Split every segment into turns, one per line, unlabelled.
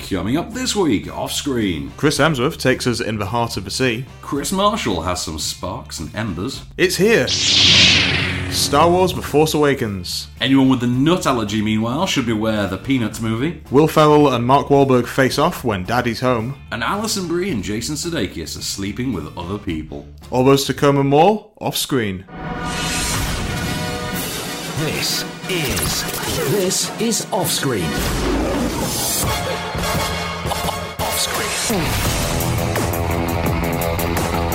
Coming up this week, off screen,
Chris Hemsworth takes us in the heart of the sea.
Chris Marshall has some sparks and embers.
It's here! Star Wars The Force Awakens.
Anyone with a nut allergy, meanwhile, should beware the Peanuts movie.
Will Ferrell and Mark Wahlberg face off when Daddy's home.
And Alison Brie and Jason Sudeikis are sleeping with other people.
All those to come and more off screen.
This is this is off screen. Off screen.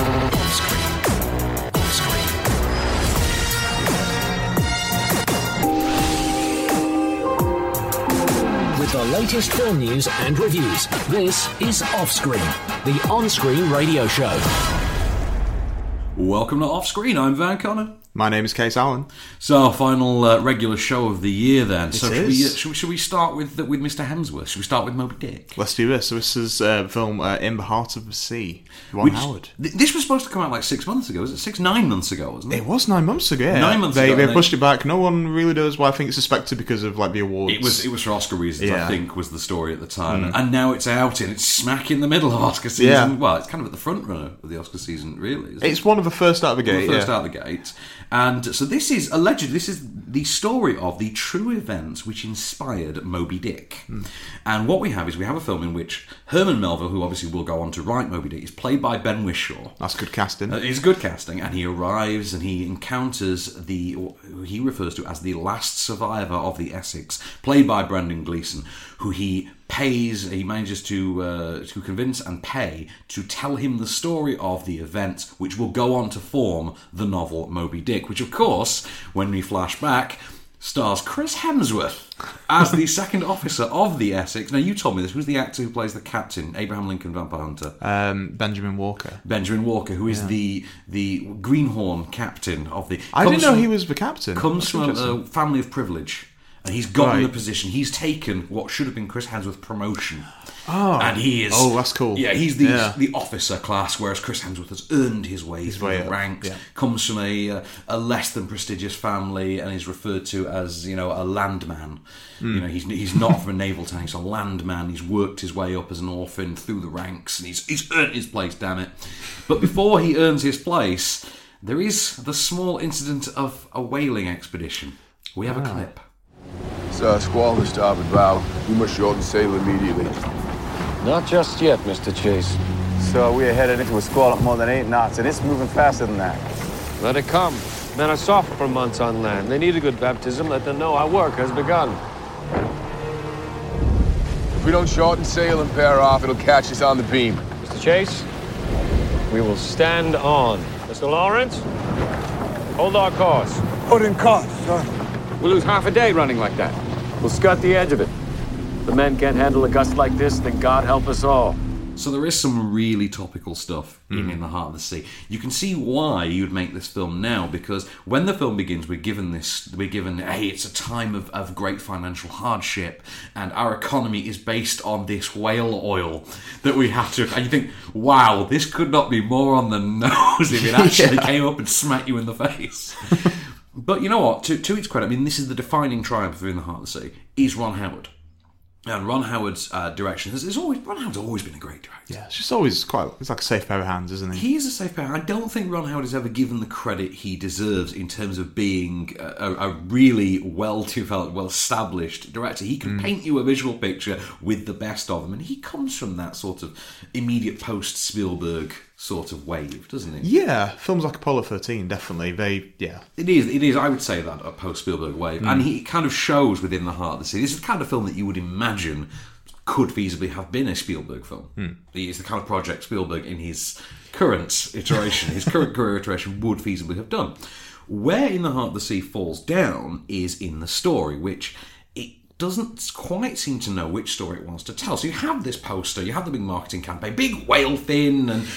Off screen. Off screen. With the latest film news and reviews, this is off screen, the on-screen radio show.
Welcome to Off Screen, I'm Van Connor.
My name is Case Allen.
So, our final uh, regular show of the year then. so,
It
should, We, uh,
is.
should, we, should we start with uh, with Mr. Hemsworth? Should we start with Moby Dick?
Let's do this. So This is uh, the film uh, In the Heart of the Sea. Ron
Which-
Howard.
th- this was supposed to come out like six months ago, was it? Six, nine months ago, wasn't
It was nine months ago. yeah.
Nine months
they,
ago,
They
and they-
pushed it back. No one really knows why. I think it's suspected because of like the awards.
It was it was for Oscar reasons, I
Yeah. Mm.
think, was the story at the time. And now it's out and it's smack in the middle of Oscar season.
Yeah.
Well, it's kind of at the front runner of the Oscar season, really. isn't it?
It's one of the first out of the
Well,
gate.
first
yeah.
out of the gate. And so this is allegedly this is the story of the true events which inspired Moby Dick.
Hmm.
And what we have is we have a film in which Herman Melville, who obviously will go on to write Moby Dick, is played by Ben Whishaw.
That's good casting.
Uh, It's good casting, and he arrives and he encounters the who he refers to as the last survivor of the Essex, played by Brendan Gleeson, who he pays, he manages to uh, to convince and pay to tell him the story of the events which will go on to form the novel Moby Dick, which of course, when we flash back. Stars Chris Hemsworth as the second officer of the Essex. Now, you told me this. Who's the actor who plays the captain? Abraham Lincoln Vampire Hunter.
Um, Benjamin Walker.
Benjamin Walker, who is the the greenhorn captain of the.
I
comes
didn't know
from-
he was the captain.
Comes
That's
from uh,
interesting.
a family of privilege, and he's gotten
Right.
the position. He's taken what should have been Chris Hemsworth promotion. Oh, and he is.
Oh, that's cool.
Yeah, he's the
Yeah.
the officer class, whereas Chris Hemsworth has earned his way through
way
the
up,
ranks.
yeah.
Comes from a uh, a less than prestigious family, and is referred to as you know a landman.
Hmm.
You know, he's he's not from a naval town. He's a landman. He's worked his way up as an orphan through the ranks, and he's he's earned his place. Damn it! But before he earns his place, there is the small incident of a whaling expedition. We have a
Ah.
clip.
Uh, squall to starboard bow. You must shorten sail immediately.
Not just yet, Mr. Chase.
So we are headed into a squall at more than eight knots, and it's moving faster than that.
Let it come. Men are soft for months on land. They need a good baptism. Let them know our work has begun.
If we don't shorten sail and pair off, it'll catch us on the beam.
Mr. Chase, we will stand on. Mr. Lawrence, hold our course. Put in course, sir. We'll lose half a day running like that. We'll scut the edge of it. If The men can't handle a gust like this, then God help us all.
So there is some really topical stuff in In the Heart of the Sea. You can see why you'd make this film now because when the film begins, we're given this, we're given, hey, it's a time of, of great financial hardship and our economy is based on this whale oil that we have to. And you think, wow, this could not be more on the nose if it actually came up and smacked you in the face. but you know what? To, to its credit, I mean, this is the defining triumph of In the Heart of the Sea, is Ron Howard. And Ron Howard's uh, direction has, has always Ron Howard's always been a great director.
Yeah, it's just always quite. It's like a safe pair of hands, isn't he?
He is a safe pair. I don't think Ron Howard is ever given the credit he deserves in terms of being a, a a really well developed, well established director. He can paint you a visual picture with the best of them, and he comes from that sort of immediate post Spielberg sort of wave, doesn't he?
Yeah, films like Apollo 13, definitely. They, yeah.
It is, it is. I would say that a post Spielberg wave, and he it kind of shows within the heart of the sea. This is the kind of film that you would imagine could feasibly have been a Spielberg film. It's the kind of project Spielberg, in his current iteration, his current career iteration, would feasibly have done. Where in the heart of the sea falls down is in the story, which it doesn't quite seem to know which story it wants to tell. So you have this poster, you have the big marketing campaign, big whale fin, and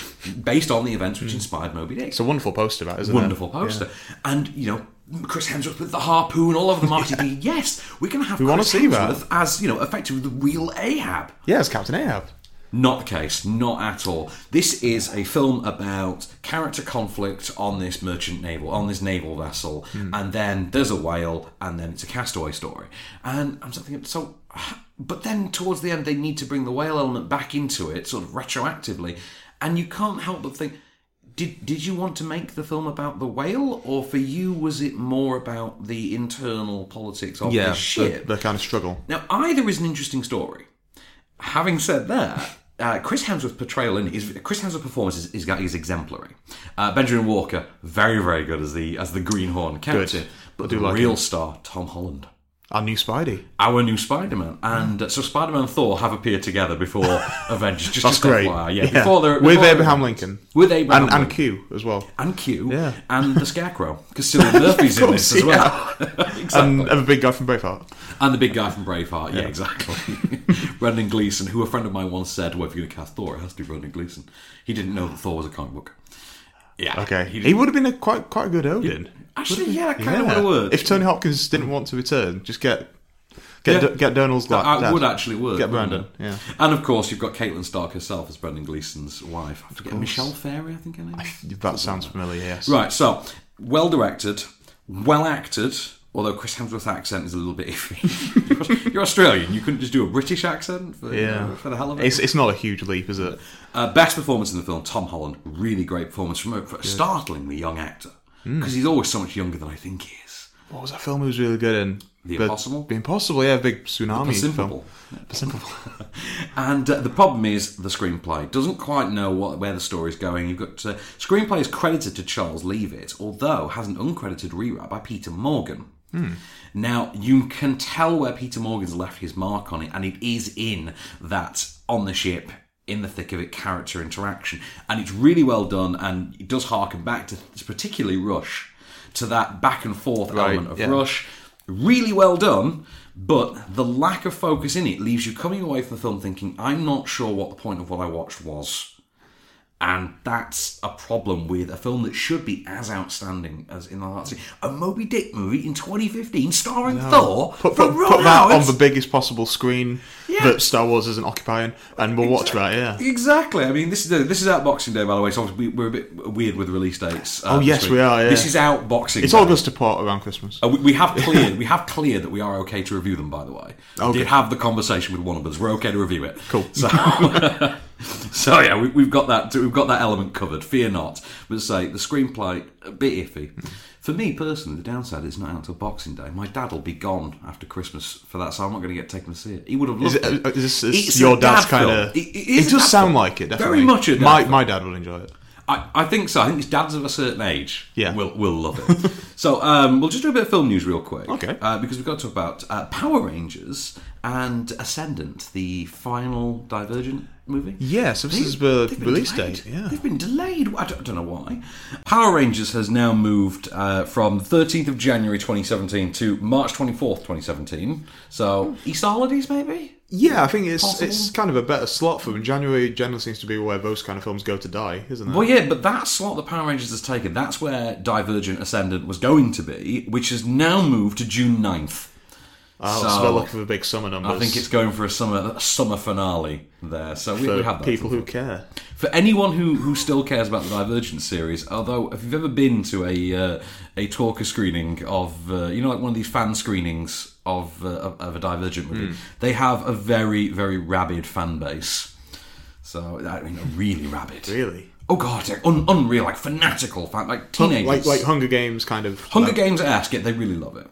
based on the events which inspired Moby Dick
It's a wonderful poster, that, isn't
wonderful
it?
poster. And you know, Chris Hemsworth with the harpoon all over the market. Yes, we're going to have
We wanna
Chris
see that.
Hemsworth as you know, effectively the real Ahab.
Yeah, it's Captain Ahab.
Not the case, not at all. This is a film about character conflict on this merchant naval, on this naval
Hmm.
vessel, and then there's a whale, and then it's a castaway story. And I'm sort of thinking, so h- But then towards the end, they need to bring the whale element back into it, sort of retroactively, and you can't help but think. Did, did you want to make the film about the whale, or for you was it more about the internal politics of
yeah,
this ship?
The, the kind of struggle.
Now, either is an interesting story. Having said that, uh, Chris Hemsworth's portrayal in his Chris Hemsworth's performance is, is, is exemplary. Uh, Benjamin Walker, very very good as the as the Greenhorn captain,
Good. I
but
do
the
like
real
him.
star Tom Holland,
Our new Spidey.
our new Spider-Man, and uh, so Spider-Man and Thor have appeared together before Avengers. Just
That's
just
great.
FYI, yeah, Before they're,
with
before-
Abraham Lincoln.
With Abraham
and, and
Lincoln.
Q as well.
and Q,
Yeah.
and the Scarecrow, because Cillian Murphy's in
course,
this as well.
And, and the big guy from Braveheart.
And the big guy from Braveheart, yeah, exactly. Brendan Gleeson, who a friend of mine once said, well, if you're going to cast Thor, it has to be Brendan Gleeson. He didn't know that Thor was a comic book. Yeah.
Okay, he,
He didn't-
would have been a quite quite a good Odin.
actually, yeah, I kind of would have worked.
If Tony Hopkins didn't want to return, just get get
Yeah.
Do- get Donald's
that
like
would actually work.
Get
wouldn't
Brandon,
it?
yeah.
And of course, you've got Caitlin Stark herself as Brendan Gleeson's wife. I forget, Michelle Ferry, I think her name is.
That sounds familiar. Yes.
Right, so well directed, well acted. Although Chris Hemsworth's accent is a little bit iffy. You're Australian. You couldn't just do a British accent for, you know,
Yeah.
for the hell of it.
It's it's not a huge leap, is it?
Uh, best performance in the film, Tom Holland. Really great performance from a, for a startlingly young actor. Because he's always so much younger than I think he is.
What was that film he was really good in?
The
But-
Impossible?
The Impossible. Yeah, big tsunami
Simple.
film. Persimple.
And uh, the problem is the screenplay doesn't quite know what, where the story's going. You've got uh, screenplay is credited to Charles Leavitt, although has an uncredited rewrite by Peter Morgan. Now you can tell where Peter Morgan's left his mark on it, and it is in that on the ship. In the thick of it, character interaction, and it's really well done, and it does harken back to particularly Rush, to that back and forth element of
yeah.
Rush. Really well done, but the lack of focus in it leaves you coming away from the film thinking, I'm not sure what the point of what I watched was. And that's a problem with a film that should be as outstanding as In the Heart of the Sea. A Moby Dick movie in 2015 starring Thor.
Put,
from
put,
Ron
put that on
Howard.
the biggest possible screen
Yeah.
that Star Wars isn't occupying, and we'll watch that. Yeah.
Exactly. I mean, this is this is out Boxing Day, by the way. So obviously we, we're a bit weird with release dates. uh,
Oh,
this
yes,
week.
we are, yeah.
This is out Boxing.
It's
Day.
all goes to pot around Christmas.
Uh, we, we have cleared we have cleared that we are okay to review them. By the way, we
Okay.
did have the conversation with one of us. We're okay to review it.
Cool.
So, so yeah, we, we've got that we've got that element covered. Fear not. But say the screenplay a bit iffy. For me personally, the downside is not out until Boxing Day. My dad'll be gone after Christmas for that, so I'm not going to get taken to see it. He would have
Is
loved
it,
it.
uh, is this, is
It's
your
a
dad's
dad
kind
film.
of?
It- it is a
does
dad
sound
film.
like it. Definitely.
Very much a dad
my
film.
my dad will enjoy it.
I, I think so. I think it's dads of a certain age.
Yeah.
will will love it. so um, we'll just do a bit of film news real quick.
Okay.
Uh, because we've got to talk about uh, Power Rangers and Ascendant, the final Divergent movie.
Yeah, so this
They-
is the
they've been
release
delayed.
date, yeah.
they've been delayed. I don't, I don't know why. Power Rangers has now moved uh, from 13th of January 2017 to March 24th, 2017. So
Hmm.
Easter holidays, maybe.
Yeah, I think it's
Possible.
it's kind of a better slot for them. January generally seems to be where those kind of films go to die, isn't it?
Well, yeah, but that slot that Power Rangers has taken, that's where Divergent Ascendant was going to be, which has now moved to June 9th.
oh, so,
so-
they're looking for big summer numbers.
I think it's going for a summer a summer finale there. So we,
for
we have that.
people who care.
For anyone who, who still cares about the Divergent series, although if you've ever been to a uh, a talker screening of uh, you know like one of these fan screenings of uh, of, of a Divergent
Hmm.
movie, they have a very very rabid fan base. So I mean, really rabid.
Really,
Oh god, like, un- unreal, like fanatical, fan, like teenagers,
like like Hunger Games kind of
Hunger
like- Mm.
Games ask it. They really love it.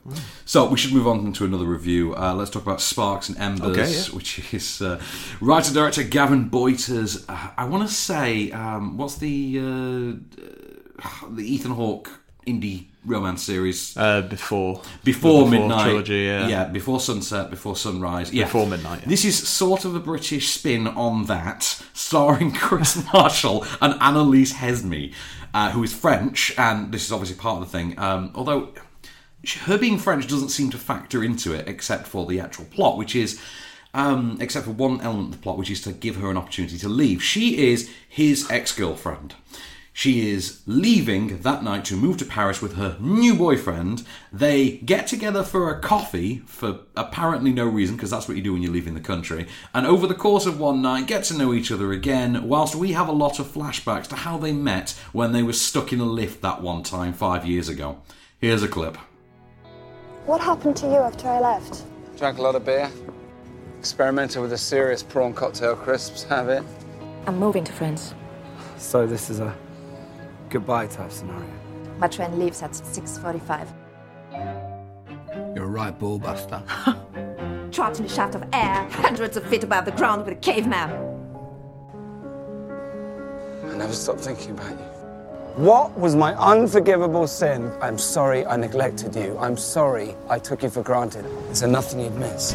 So we should move on to another review. Uh, let's talk about Sparks and Embers,
Okay, yeah.
which is uh, writer director Gavin Boiters. Uh, I want to say, um, what's the uh, uh, the Ethan Hawke indie romance series
Uh, before
before,
the
midnight
trilogy, yeah.
before sunset before sunrise yeah.
Before Midnight, yeah.
this is sort of a british spin on that starring chris marshall and annalise hesme uh, who is french and this is obviously part of the thing um, although sh- her being french doesn't seem to factor into it except for the actual plot which is um, except for one element of the plot which is to give her an opportunity to leave she is his ex-girlfriend she is leaving that night to move to Paris with her new boyfriend. They get together for a coffee for apparently no reason, because that's what you do when you're leaving the country. And over the course of one night, get to know each other again, whilst we have a lot of flashbacks to how they met when they were stuck in a lift that one time five years ago. Here's a clip.
What happened to you after I left?
Drank a lot of beer. Experimented with a serious prawn cocktail crisps habit.
I'm moving to France.
So this is a goodbye type scenario.
My train leaves at 6.45.
You're a right ballbuster.
Trotting a shaft of air, hundreds of feet above the ground with a caveman.
I never stopped thinking about you.
What was my unforgivable sin? I'm sorry I neglected you. I'm sorry I took you for granted. Is there nothing you'd miss?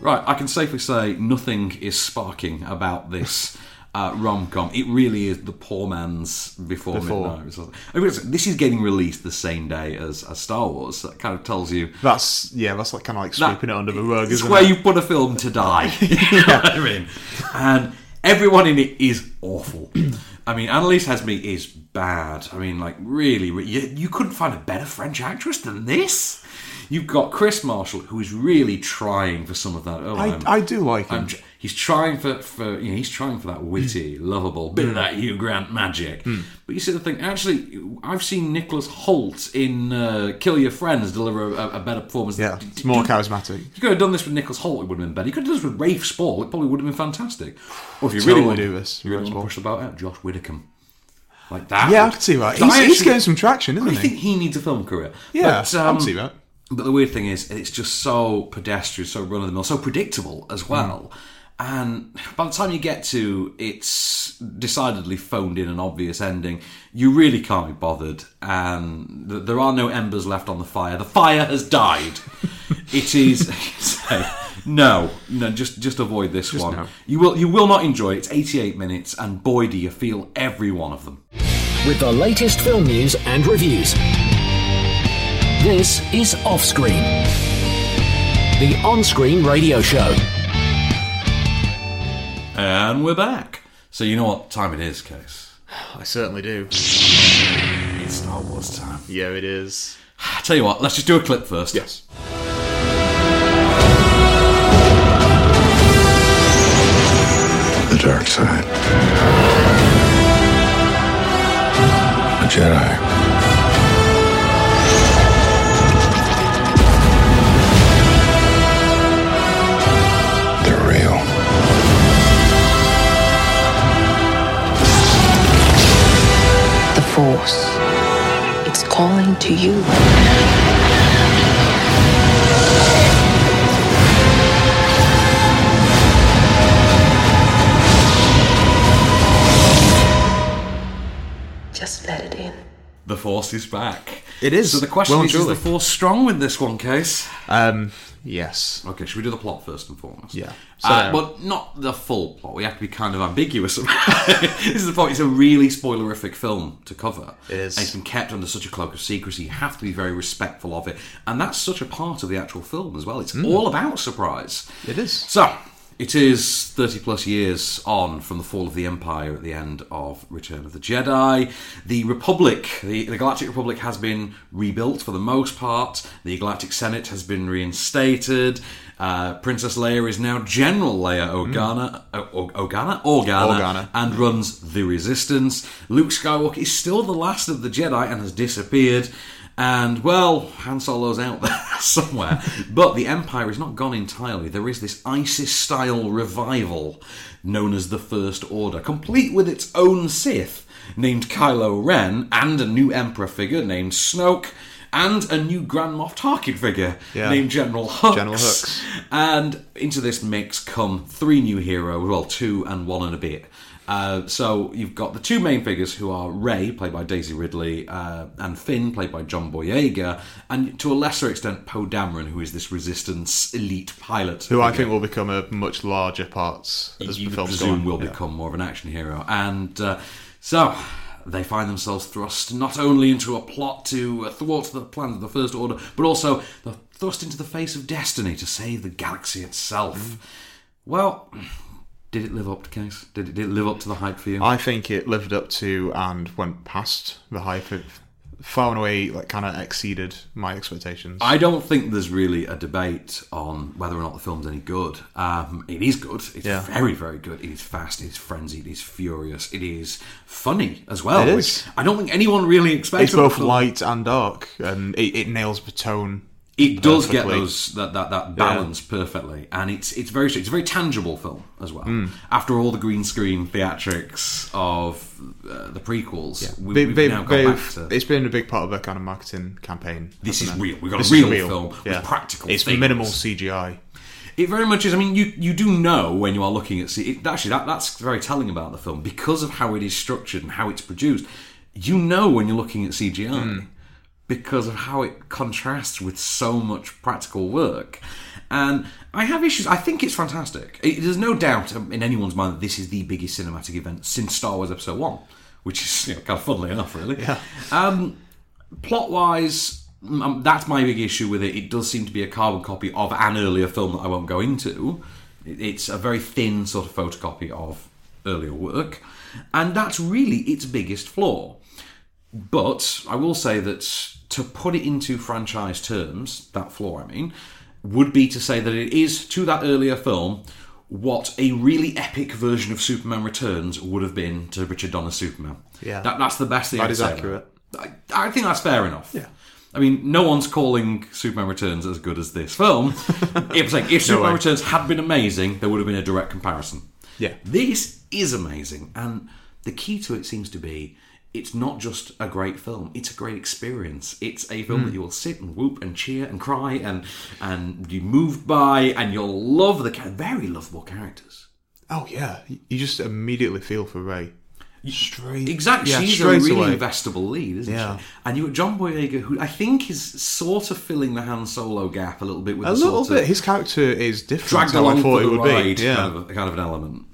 Right, I can safely say nothing is sparking about this uh, rom com. It really is the poor man's Before,
Before.
Midnight. or something. I mean, listen, this is getting released the same day as, as Star Wars. That kind of tells you.
That's yeah. That's like kind of like
that-
sweeping it under the rug,
It's
isn't
where
it?
you put a film to die. you know what I mean? And everyone in it is awful. I mean, Annalise Hazmi is bad. I mean, like, really, re- you, you couldn't find a better French actress than this. You've got Chris Marshall, who is really trying for some of that. Oh,
I,
I'm-
I do like him.
I'm tr- he's trying for, for you know, he's trying for that witty, lovable Hmm. bit
Hmm.
of that Hugh Grant magic. But you see the thing. Actually, I've seen Nicholas Holt in uh, Kill Your Friends deliver a, a better performance.
yeah,
D-
it's
d-
more
d-
charismatic.
You could have done this with Nicholas Holt; it would have been better. You could have done this with Rafe Spall; it probably would have been fantastic. Or if you
Totally
really want
do this,
you really
Rafe
want to
Spall.
push about it, Josh Whittaker, like that.
Yeah, I could see that.
So
He's,
I
he's
actually-
getting some traction,
I
isn't
think
he?
he needs a film career.
Yeah,
But,
I
um,
can see that.
but the weird thing is, it's just so pedestrian, so run of the mill, so predictable as well. And by the time you get to it's decidedly phoned in an obvious ending, you really can't be bothered. And th- there are no embers left on the fire. The fire has died. it is so, no, no. Just just avoid this one.
no.
You will you will not enjoy it. It's 88 minutes, and boy, do you feel every one of them.
with the latest film news and reviews. This is Offscreen, the on screen radio show.
And we're back. So you know what time it is, Case.
I certainly do.
It's Star Wars time.
Yeah, it is.
I tell you what, let's just do a clip first.
Yes.
The dark side. A Jedi. They're real.
The Force. It's calling to you. Just let it in.
The Force is back.
It is.
So the question
Well and
is, is
truly.
the Force strong with this one, Case?
Um. Yes.
Okay, should we do the plot first and foremost?
Yeah.
uh,
So-
but not the full plot. We have to be kind of ambiguous. this is the point. It's a really spoilerific film to cover. It
is.
And it's been kept under such a cloak of secrecy. You have to be very respectful of it. And that's such a part of the actual film as well. It's all about surprise.
Hmm. It is.
So, it is 30 plus years on from the fall of the Empire at the end of Return of the Jedi. The Republic, the, the Galactic Republic, has been rebuilt for the most part. The Galactic Senate has been reinstated. Uh, Princess Leia is now General Leia Organa, O- O- Organa, Organa,
Hmm. Organa.
and runs the Resistance. Luke Skywalker is still the last of the Jedi and has disappeared. And well, Han Solo's out there somewhere. but the Empire is not gone entirely. There is this ISIS style revival known as the First Order, complete with its own Sith named Kylo Ren and a new Emperor figure named Snoke. And a new Grand Moff Tarkin figure
Yeah.
named General Hux.
General Hux.
And into this mix come three new heroes, well, two and one and a bit. Uh, so you've got the two main figures who are Ray, played by Daisy Ridley, uh, and Finn, played by John Boyega, and to a lesser extent Poe Dameron, who is this Resistance elite pilot.
Who I
figure
think will become a much larger part as
you
the film's
presume
gone.
will
Yeah.
become more of an action hero. And uh, so they find themselves thrust not only into a plot to thwart the plans of the First Order, but also they're thrust into the face of destiny to save the galaxy itself. Well, did it live up to case? Did it, did it live up to the hype for you?
I think it lived up to and went past the hype of far and away like kind of exceeded my expectations.
I don't think there's really a debate on whether or not the film's any good. Um, it is good. It's
Yeah.
very, very good. It is fast. It is frenzied. It is furious. It is funny as well.
It
which
is.
I don't think anyone really expected.
it's both
the film.
light and dark, and it, it nails the tone.
It does get
perfectly.
those that, that, that balance perfectly, and it's it's very it's a very tangible film as well.
Hmm.
After all the green screen theatrics of uh, the prequels, we,
They,
have
they,
now gone back
they've,
to
it's been a big part of their kind of marketing campaign.
This
hasn't
is
it?
real. We've got a
This is
real film with practical
It's
things.
minimal CGI.
It very much is. I mean, you you do know when you are looking at see. It, actually, that that's very telling about the film because of how it is structured and how it's produced. You know when you're looking at CGI because of how it contrasts with so much practical work. And I have issues. I think it's fantastic. It, there's no doubt in anyone's mind that this is the biggest cinematic event since Star Wars Episode One, which is you know, kind of funnily enough, really. Yeah. Um, plot wise, um, that's my big issue with it. It does seem to be a carbon copy of an earlier film that I won't go into. It- It's a very thin sort of photocopy of earlier work, and that's really its biggest flaw. But I will say that to put it into franchise terms, that flaw I mean, would be to say that it is to that earlier film what a really epic version of Superman Returns would have been to Richard Donner's Superman.
Yeah.
That, that's the best thing
That
I'd
is
say about
accurate.
I, I think that's fair enough. Yeah. I mean, no one's calling Superman Returns as good as this film. if, like, if Superman
way.
Returns had been amazing, there would have been a direct comparison.
Yeah.
This is amazing. And the key to it seems to be it's not just a great film, it's a great experience. It's a
Hmm.
film that you will sit and whoop and cheer and cry and and you moved by and you'll love the cha- very lovable characters.
Oh yeah, you just immediately feel for Ray. Straight,
Exactly.
yeah,
She's a
straight
really
away.
investable lead, isn't
Yeah.
she? And you've got John Boyega, who I think is sort of filling the Han Solo gap a little bit with
A
the
little
sort
bit.
Of
His character is different.
dragged
to how
along
I thought
for
it
the
would
ride,
be. Yeah.
kind, of, kind of an element.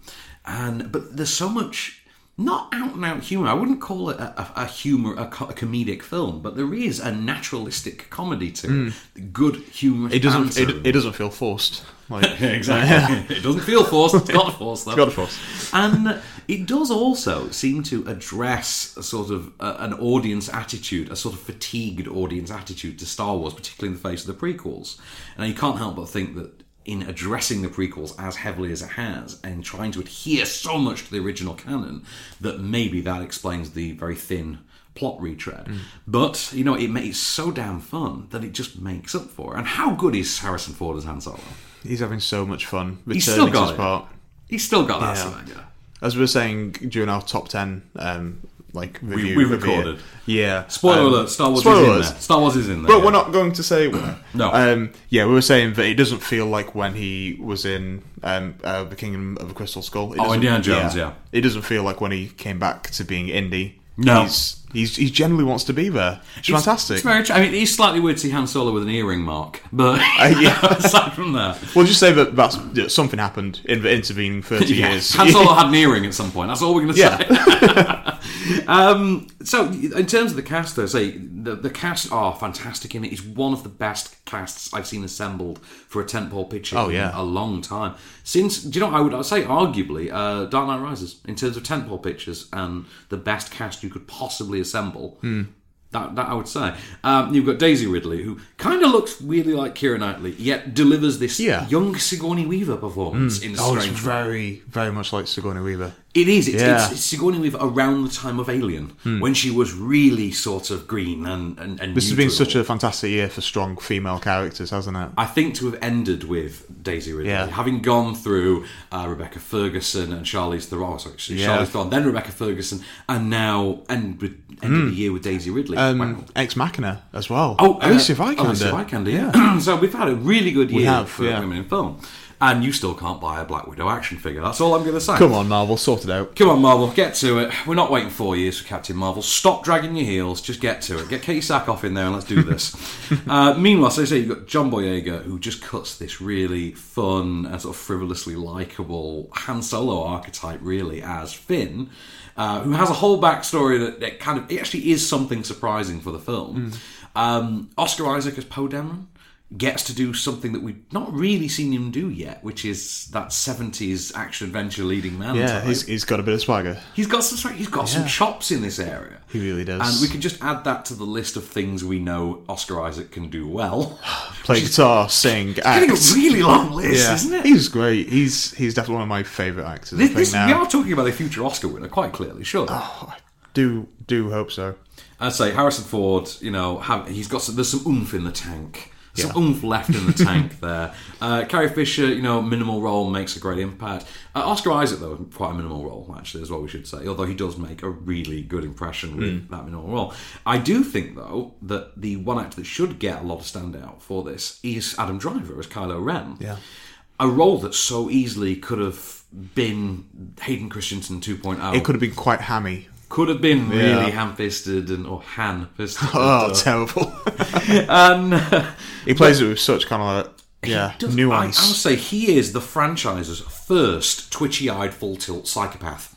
And but there's so much not out and out humor. I wouldn't call it a, a, a humor, a, co- a comedic film, but there is a naturalistic comedy to it. Good humor.
Hmm. It doesn't. It, it doesn't feel forced. Like
exactly. it doesn't feel forced. It's not forced though.
It's got a force.
and it does also seem to address a sort of uh an audience attitude, a sort of fatigued audience attitude to Star Wars, particularly in the face of the prequels. And you can't help but think that in addressing the prequels as heavily as it has and trying to adhere so much to the original canon, that maybe that explains the very thin plot retread.
Mm.
But you know, it ma- it's so damn fun that it just makes up for it. And how good is Harrison Ford as Han Solo?
He's having so much fun.
He's still
Returning to
got
his
it.
part.
He's still got that.
Yeah.
swagger.
As we were saying during our top ten, um, like review,
we
of the
recorded.
year. Yeah.
Spoiler
um,
alert: Star Wars
spoiler
is in
alert.
there. Star Wars is in there.
But we're not going to say where.
No.
Um, yeah, we were saying that it doesn't feel like when he was in um, uh, the Kingdom of the Crystal Skull. It
Oh,
doesn't-
Indiana Jones, yeah.
It doesn't feel like when he came back to being indie.
No.
He's, he's, he generally wants to be there. It's,
It's-
fantastic.
It's very. tr- I mean, it's slightly weird to see Han Solo with an earring mark, but
Uh,
aside from that,
We'll just say that that's, that something happened in the intervening 30
yeah,
years.
Han Solo had an earring at some point. That's all we're going to
Yeah.
say. um, so, in terms of the cast, though, say the, the cast are fantastic in it. It's one of the best casts I've seen assembled for a tentpole picture.
Oh,
in
yeah.
a long time since. Do you know? I would I'd say arguably uh, Dark Knight Rises in terms of tentpole pictures and the best cast you could possibly assemble.
Hmm.
That, that I would say. Um, you've got Daisy Ridley, who kind of looks weirdly like Kira Knightley, yet delivers this
Yeah.
young Sigourney Weaver performance in a
Oh, it's
strange way.
very, very much like Sigourney Weaver.
It is. It's,
Yeah.
it's,
Hmm.
it's Sigourney Weaver around the time of Alien, when she was really sort of green and and, and
This
new
has been
to it
such
all.
a fantastic year for strong female characters, hasn't it?
I think to have ended with Daisy Ridley,
Yeah.
having gone through uh, Rebecca Ferguson and Charlize Theron, oh, sorry,
Yeah.
Charlize Theron, then Rebecca Ferguson, and now end with end of the year with Daisy Ridley. Wow.
Hmm. Um, Ex Machina as well.
Oh, uh,
Alicia Vikander.
Alicia Vikander, yeah. so we've had a really good year
have,
for
yeah.
women in film, and you still can't buy a Black Widow action figure. That's all I'm going to say.
Come on, Marvel, sort it out.
Come on, Marvel, get to it. We're not waiting four years for Captain Marvel. Stop dragging your heels. Just get to it. Get Katie Sackhoff in there and let's do this. uh, meanwhile, so you say you've got John Boyega, who just cuts this really fun and sort of frivolously likable Han Solo archetype, really, as Finn, uh, who has a whole backstory that, that
Hmm.
kind of it actually is something surprising for the film. Um, Oscar Isaac as Poe Dameron. gets to do something that we've not really seen him do yet, which is that 70s action adventure leading man
Yeah,
type.
he's, he's got a bit of swagger.
He's got some sorry, he's got some chops in this area.
He really does.
And we can just add that to the list of things we know Oscar Isaac can do well.
play guitar, sing,
Getting a
act.
really long list,
Yeah,
isn't it?
he's great. He's he's definitely one of my favourite actors.
This-
I
this-
think
we
now.
are talking about a future Oscar winner, quite clearly, sure.
Oh, Do do hope so.
I'd say Harrison Ford, you know, have, he's got some, there's some oomph in the tank. Some oomph left in the tank there. Uh, Carrie Fisher, you know, minimal role makes a great impact. Uh, Oscar Isaac, though, quite a minimal role, actually, is what we should say. Although he does make a really good impression with that minimal role. I do think, though, that the one actor that should get a lot of standout for this is Adam Driver as Kylo Ren. Yeah. A role that so easily could have been Hayden Christensen 2.0.
It could have been quite hammy.
Could have been really
Yeah.
ham-fisted and or han-fisted.
Oh,
Uh,
terrible!
um,
he plays it with such kind of like, yeah
does- I, I would
nuance.
say he is the franchise's first twitchy-eyed full tilt psychopath.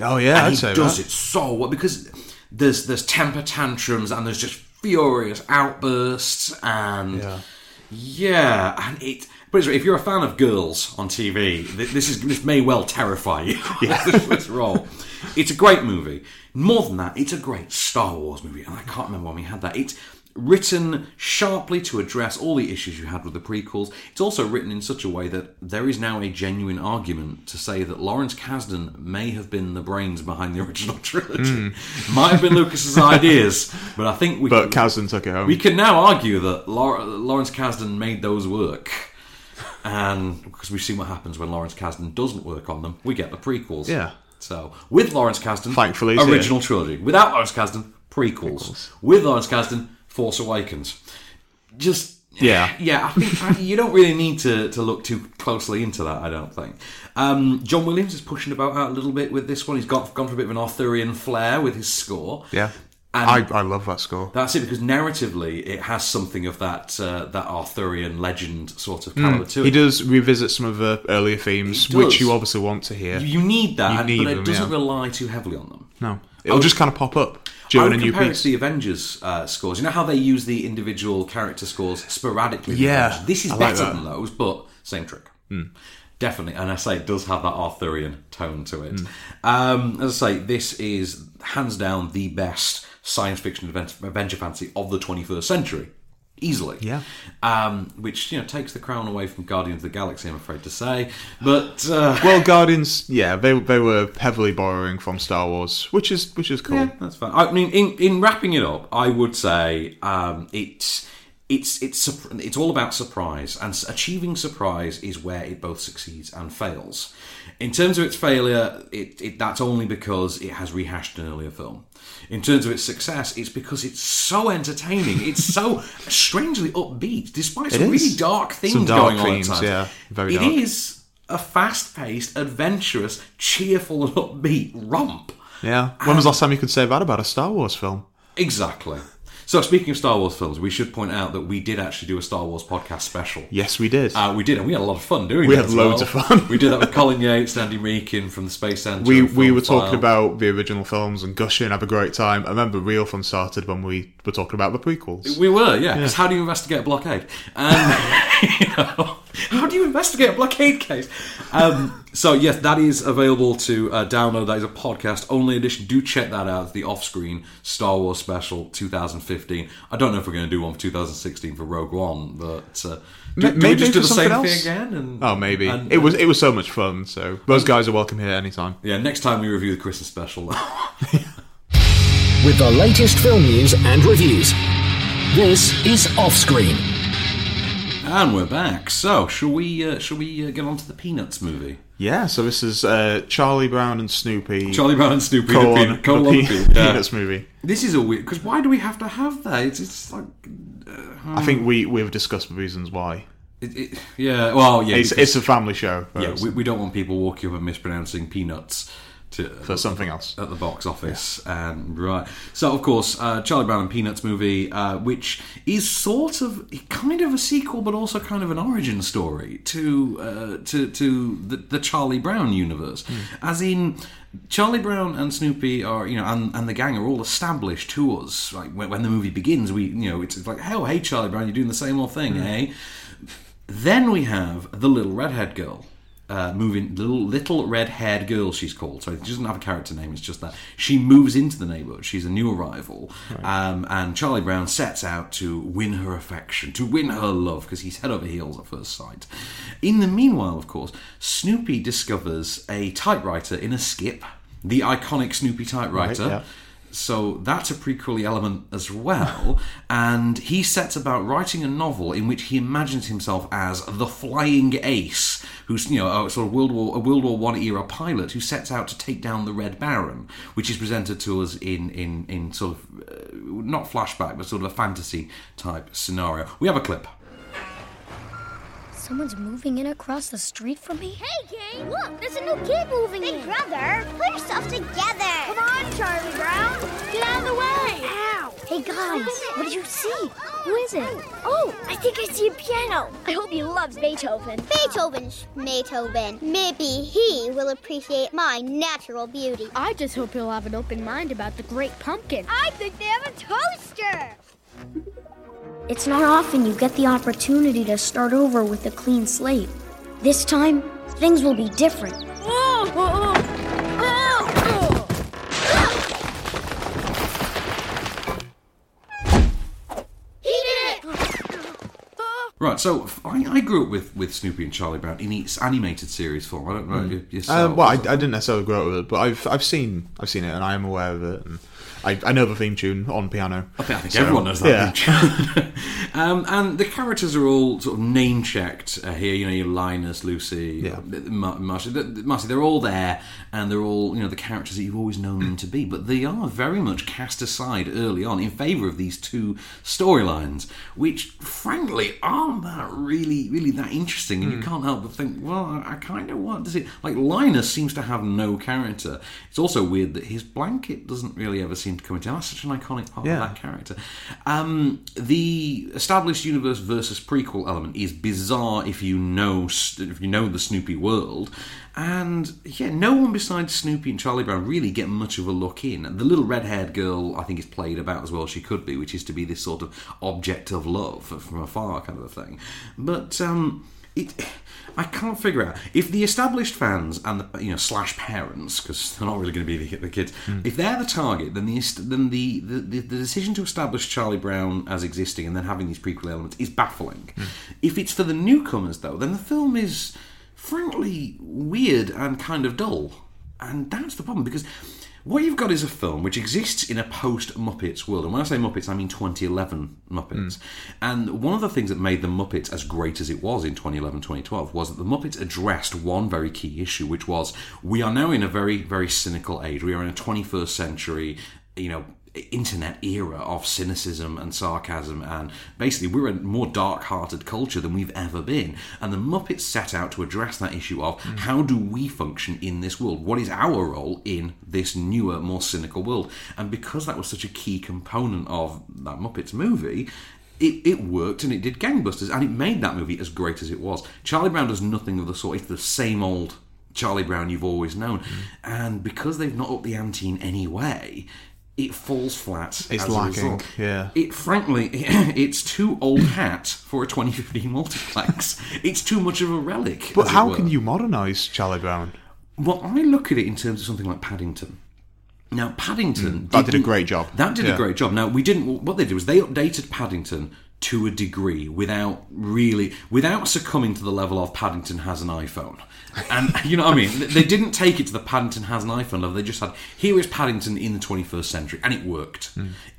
oh yeah,
and
I'd
he
say
does
that.
it so well because there's there's temper tantrums and there's just furious outbursts and yeah,
Yeah.
and it. But it's- if you're a fan of girls on TV, th- this is this may well terrify you. this role. It's a great movie. More than that, it's a great Star Wars movie, and I can't remember when we had that. It's written sharply to address all the issues you had with the prequels. It's also written in such a way that there is now a genuine argument to say that Lawrence Kasdan may have been the brains behind the original trilogy. Might have been Lucas's ideas, but I think we
But
can,
Kazdan took it home.
we can now argue that Lau- Lawrence Kasdan made those work. And because we've seen what happens when Lawrence Kasdan doesn't work on them, we get the prequels.
Yeah.
So with Lawrence Kasdan,
Thankfully, he's
original trilogy. Without Lawrence Kasdan, prequels. With Lawrence Kasdan, Force Awakens. Just
Yeah.
yeah. I think I- you don't really need to, to look too closely into that. I don't think. Um, John Williams is pushing about out a little bit with this one. He's got gone for a bit of an Arthurian flair with his score.
yeah,
And-
I I love that score.
That's it, because narratively it has something of that uh, that Arthurian legend sort of caliber to it.
Hmm. He does revisit some of the earlier themes,
He does.
which you obviously want to hear.
You need that,
You
and-
need
but it
them,
doesn't
yeah.
rely too heavily on them.
no, it'll just kind of pop up
I
during a
would
new
compare it
piece.
to the Avengers uh, scores. You know how they use the individual character scores sporadically. in the
Yeah,
Avengers? this is
I like
better
that. Hmm.
than those, but same trick. Definitely, and I say it does have that Arthurian tone to it.
Hmm.
Um, as I say, this is hands down the best science fiction advent- adventure fantasy of the 21st century, easily.
Yeah.
um, which you know takes the crown away from Guardians of the Galaxy. I'm afraid to say, but uh,
Well, Guardians, yeah, they they were heavily borrowing from Star Wars, which is which is cool.
Yeah, that's fine. I mean, in, in wrapping it up, I would say um, it's it's it's sur- it's all about surprise, and s- achieving surprise is where it both succeeds and fails. In terms of its failure, it, it that's only because it has rehashed an earlier film. In terms of its success, it's because it's so entertaining. It's so strangely upbeat, despite some
It is.
really dark things
Some dark
going on.
themes,
at times.
yeah, very
It
dark.
is a fast-paced, adventurous, cheerful, and upbeat romp.
Yeah. When
Um,
was the last time you could say that about a Star Wars film?
Exactly. So, speaking of Star Wars films, we should point out that we did actually do a Star Wars podcast special.
Yes, we did.
Uh, we did, and we had a lot of fun doing
We
that
had
as
loads
well.
of fun.
we did that with Colin Yates, Andy Meakin from the Space Center.
we
and
we
Film
were talking
File.
about the original films and gushing, have a great time. I remember real fun started when we were talking about the prequels.
We were, yeah. 'cause how do you investigate a blockade? Um, you know, how do you investigate a blockade case? Um, so, yes, that is available to uh, download. That is a podcast only edition. Do check that out. It's the off screen Star Wars special 2015. I don't know if we're going to do one for 2016 for Rogue One, but. Uh, do, do we
maybe
just do
for
the same
something
thing
else?
again? And,
Oh, maybe
and- uh, um,
it was it was so much fun. So those guys are welcome here anytime.
Yeah, next time we review the Christmas special.
With the latest film news and reviews. This is Offscreen.
and we're back. So, shall we, uh, shall we uh, get on to the Peanuts movie?
Yeah. So this is uh, Charlie Brown and Snoopy.
Charlie Brown and Snoopy,
colon,
the, Peanut, colon,
the
Peanut.
Pe-
Yeah.
Peanuts movie.
This is a weird because why do we have to have that? It's, it's like
I think we we've discussed the reasons why.
it, it, yeah. Well, yeah.
It's
because-
it's a family show.
yeah.
but-
We, we don't want people walking up and mispronouncing peanuts. to-
for something else.
at the box office. And right, so of course, uh, Charlie Brown and Peanuts movie, uh, which is sort of kind of a sequel, but also kind of an origin story to uh, to to the, the Charlie Brown universe, as in. Charlie Brown and Snoopy are, you know, and, and the gang are all established to us. Like when, when the movie begins, we, you know, it's like, oh, hey, Charlie Brown, you're doing the same old thing, eh? Then we have the little redhead girl. Uh, moving little little red-haired girl, she's called. So she doesn't have a character name. It's just that she moves into the neighborhood. She's a new arrival, um, and Charlie Brown sets out to win her affection, to win her love, because he's head over heels at first sight. In the meanwhile, of course, Snoopy discovers a typewriter in a skip, the iconic Snoopy typewriter.
Right, yeah.
So that's a prequely element as well. and he sets about writing a novel in which he imagines himself as the Flying Ace, who's you know a sort of World War a World War One era pilot who sets out to take down the Red Baron, which is presented to us in in in sort of uh, not flashback but sort of a fantasy type scenario. We have a clip.
Someone's moving in across the street from me? Hey, gang! Look, there's a new kid moving in! Big brother, put yourself together! Come on, Charlie Brown! Get out of the way! Ow! Hey, guys, what do you see? Who is it? Oh, I think I see a piano! I hope he loves Beethoven.
Beethoven's Beethoven. Maybe he will appreciate my natural beauty.
I just hope he'll have an open mind about the great pumpkin. I think they have a toaster! It's not often you get the opportunity to start over with a clean slate. This time, things will be different.
Right, so f- I, I grew up with, with Snoopy and Charlie Brown in its animated series form. I don't know you- yourself.
Um, well, I, I didn't necessarily grow up with it, but I've I've seen I've seen it, and I am aware of it. And I, I know the theme tune on piano.
I think, I think everyone knows that.
Yeah.
um, and the characters are all sort of name checked uh, here. You know, your Linus, Lucy, uh,
Yeah.
Mar- Marcy, th- th- Marcy. They're all there, and they're all you know the characters that you've always known them to be. But they are very much cast aside early on in favour of these two storylines, which frankly aren't that really, really that interesting. And you can't help but think, well, I, I kind of want to see. Like Linus seems to have no character. It's also weird that his blanket doesn't really ever seem to come into. That's such an iconic part
Yeah.
of that character. Um, the established universe versus prequel element is bizarre if you know st- if you know the Snoopy world, and yeah, no one besides Snoopy and Charlie Brown really get much of a look in. The little red-haired girl, I think, is played about as well as she could be, which is to be this sort of object of love uh, from afar kind of a thing, but. Um, it, I can't figure out if the established fans and the you know slash parents because they're not really going to be the, the kids. If they're the target, then the est- then the, the, the the decision to establish Charlie Brown as existing and then having these prequel elements is baffling. If it's for the newcomers though, then the film is frankly weird and kind of dull, and that's the problem because. What you've got is a film which exists in a post Muppets world. And when I say Muppets, I mean 2011 Muppets. And one of the things that made the Muppets as great as it was in 2011 2012 was that the Muppets addressed one very key issue, which was we are now in a very, very cynical age. We are in a 21st century, you know. Internet era of cynicism and sarcasm, and basically, we're a more dark hearted culture than we've ever been. And the Muppets set out to address that issue of how do we function in this world? What is our role in this newer, more cynical world? And because that was such a key component of that Muppets movie, it, it worked and it did gangbusters and it made that movie as great as it was. Charlie Brown does nothing of the sort. It's the same old Charlie Brown you've always known.
Mm-hmm.
And because they've not upped the ante in any way, it falls flat.
It's
as
lacking,
A result.
yeah.
It frankly, it's too old hat for a 2015 multiplex. it's too much of a relic.
But
as it
how
were.
can you modernise Charlie Brown?
Well, I look at it in terms of something like Paddington. Now, Paddington
Mm. that did a
didn't-
great job.
That did a
Yeah.
great job. Now, we didn't. What they did was they updated Paddington to a degree without really without succumbing to the level of Paddington has an iPhone. And you know what I mean? They didn't take it to the Paddington has an iPhone level. They just had here is Paddington in the 21st century,
Hmm.
and it worked.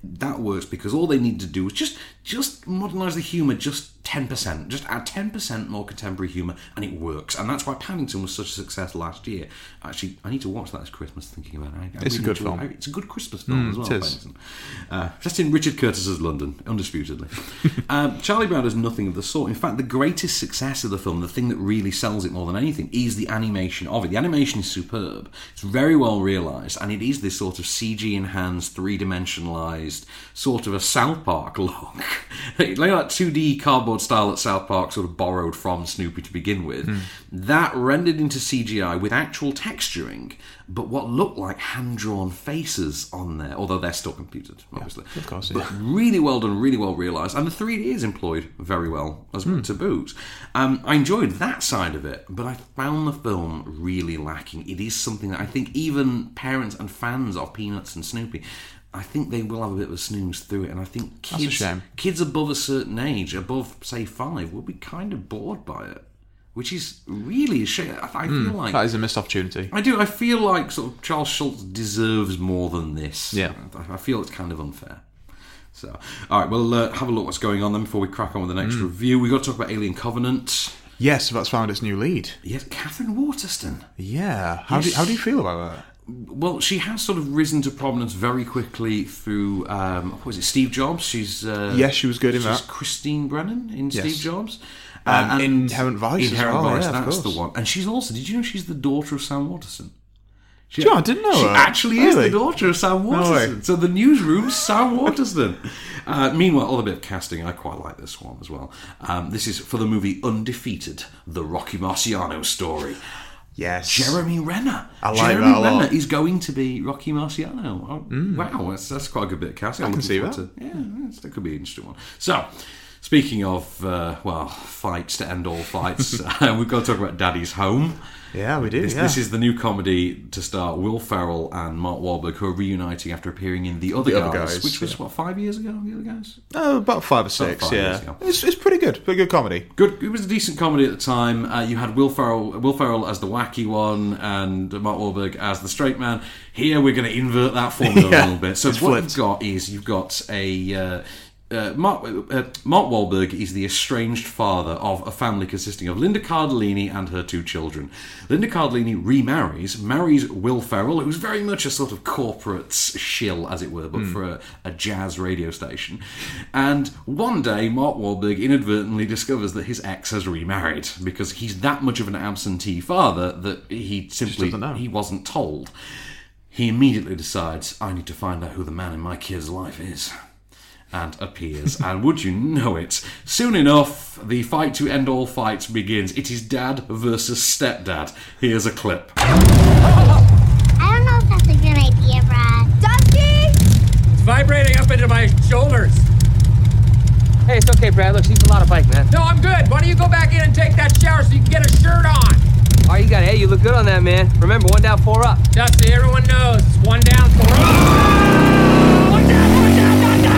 That works because all they needed to do was just just modernise the humour just 10%. Just add 10% more contemporary humour and it works. And that's why Paddington was such a success last year. Actually, I need to watch that this Christmas thinking about it. I, I
It's a good
enjoy-
film.
I- it's a good Christmas film
Mm,
as well,
it is.
Paddington. Uh, set in Richard Curtis's London, undisputedly. um, Charlie Brown does nothing of the sort. In fact, the greatest success of the film, the thing that really sells it more than anything, is the animation of it. The animation is superb. It's very well realised, and it is this sort of CG enhanced, three dimensionalised, sort of a South Park look. like that 2D cardboard style that South Park sort of borrowed from Snoopy to begin with.
Hmm.
That rendered into CGI with actual texturing, but what looked like hand drawn faces on there, although they're still computed, obviously. of course, but really well done, really well realised, and the 3D is employed very well as
Hmm.
to boot. Um, I enjoyed that side of it, but I found the film really lacking. It is something that I think even parents and fans of Peanuts and Snoopy. I think they will have a bit of a snooze through it, and I think
That's a
kids,
shame.
kids above a certain age, above say five, will be kind of bored by it, which is really a shame. I, I
Mm,
feel like
that is a missed opportunity.
I do. I feel like sort of Charles Schultz deserves more than this.
Yeah.
I- I feel it's kind of unfair. So, all right, well, uh, have a look what's going on then before we crack on with the next
Mm.
review. We've got to talk about Alien Covenant.
Yes, that's found its new lead.
Yes, Catherine Waterston.
Yeah. How,
Yes.
do, how do you feel about that?
Well, she has sort of risen to prominence very quickly through, um, what was it, Steve Jobs? She's. Uh,
Yes, she was good in
she's
that.
Christine Brennan in
Yes.
Steve Jobs. Uh,
Um,
and
Inherent Vice as
Inherent
well,
Vice,
yeah, of
that's the
course.
one. And she's also, did you know she's the daughter of Sam Waterston? She,
Gee, I didn't know
She
that.
actually is the
Really?
daughter of Sam
way.
Waterston. so the newsroom's Sam Waterston. Uh, meanwhile, a little bit of casting. I quite like this one as well. Um, this is for the movie Undefeated, the Rocky Marciano story.
Yes.
Jeremy Renner.
I like
Jeremy
that a lot. Mm.
Renner is going to be Rocky Marciano. Oh, Wow, that's, that's quite a good bit of casting.
I
I'm
can
looking
see
forward
that.
to- yeah, that's- that could be an interesting one. So, speaking of, uh, well, fights to end all fights, uh, we've got to talk about Daddy's Home.
Yeah, we do,
This,
yeah.
this is the new comedy to star Will Ferrell and Mark Wahlberg, who are reuniting after appearing in The Other,
The
guys,
Other Guys,
which was, what, five years ago, The Other Guys?
Oh, about five or
About
six,
five years
yeah.
ago.
It's, it's pretty good. Pretty good comedy.
Good. It was a decent comedy at the time. Uh, you had Will Ferrell, Will Ferrell as the wacky one, and Mark Wahlberg as the straight man. Here we're going to invert that formula a
Yeah,
little bit. So
it's
what you've got is you've got a. Uh, uh, Mark, uh, Mark Wahlberg is the estranged father of a family consisting of Linda Cardellini and her two children. Linda Cardellini remarries, marries Will Ferrell, who's very much a sort of corporate shill, as it were, but
Hmm.
for a, a jazz radio station. And one day, Mark Wahlberg inadvertently discovers that his ex has remarried because he's that much of an absentee father that he simply he wasn't told. He immediately decides, I need to find out who the man in my kid's life is. And appears. and would you know it, soon enough, the fight to end all fights begins. It is dad versus stepdad. Here's a clip.
I don't know if that's a good idea, Brad. Dusty!
It's vibrating up into my shoulders. Hey, it's okay, Brad. Look, she's a lot of bike, man. No, I'm good. Why don't you go back in and take that shower so you can get a shirt on? Oh, you got it. Hey, you look good on that, man. Remember, one down, four up. Dusty, everyone knows. It's one down, four up. One down, one down, one down.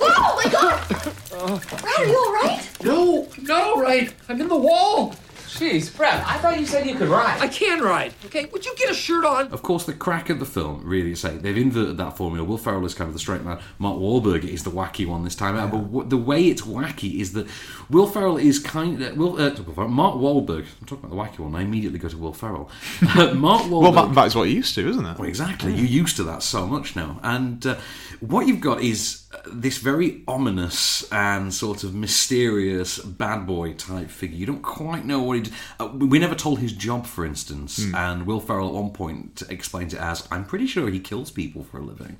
Oh my god! Brad, are you alright?
No, no, right. I'm in the wall. Jeez, Brad, I thought you said you could ride. I can ride. Okay, would you get a shirt on?
Of course, the crack of the film really is say they've inverted that formula. Will Ferrell is kind of the straight man. Mark Wahlberg is the wacky one this time out. But w- the way it's wacky is that Will Ferrell is kind of Will uh, Mark Wahlberg. I'm talking about the wacky one. I immediately go to Will Ferrell. Uh, Mark Wahlberg.
Well, that, that is what you used to, isn't it?
Well, exactly.
Hmm.
You're used to that so much now. And uh, what you've got is uh, this very ominous and sort of mysterious bad boy type figure. You don't quite know what he did. Uh, we we never told his job, for instance.
Hmm.
And Will Ferrell at one point explains it as I'm pretty sure he kills people for a living.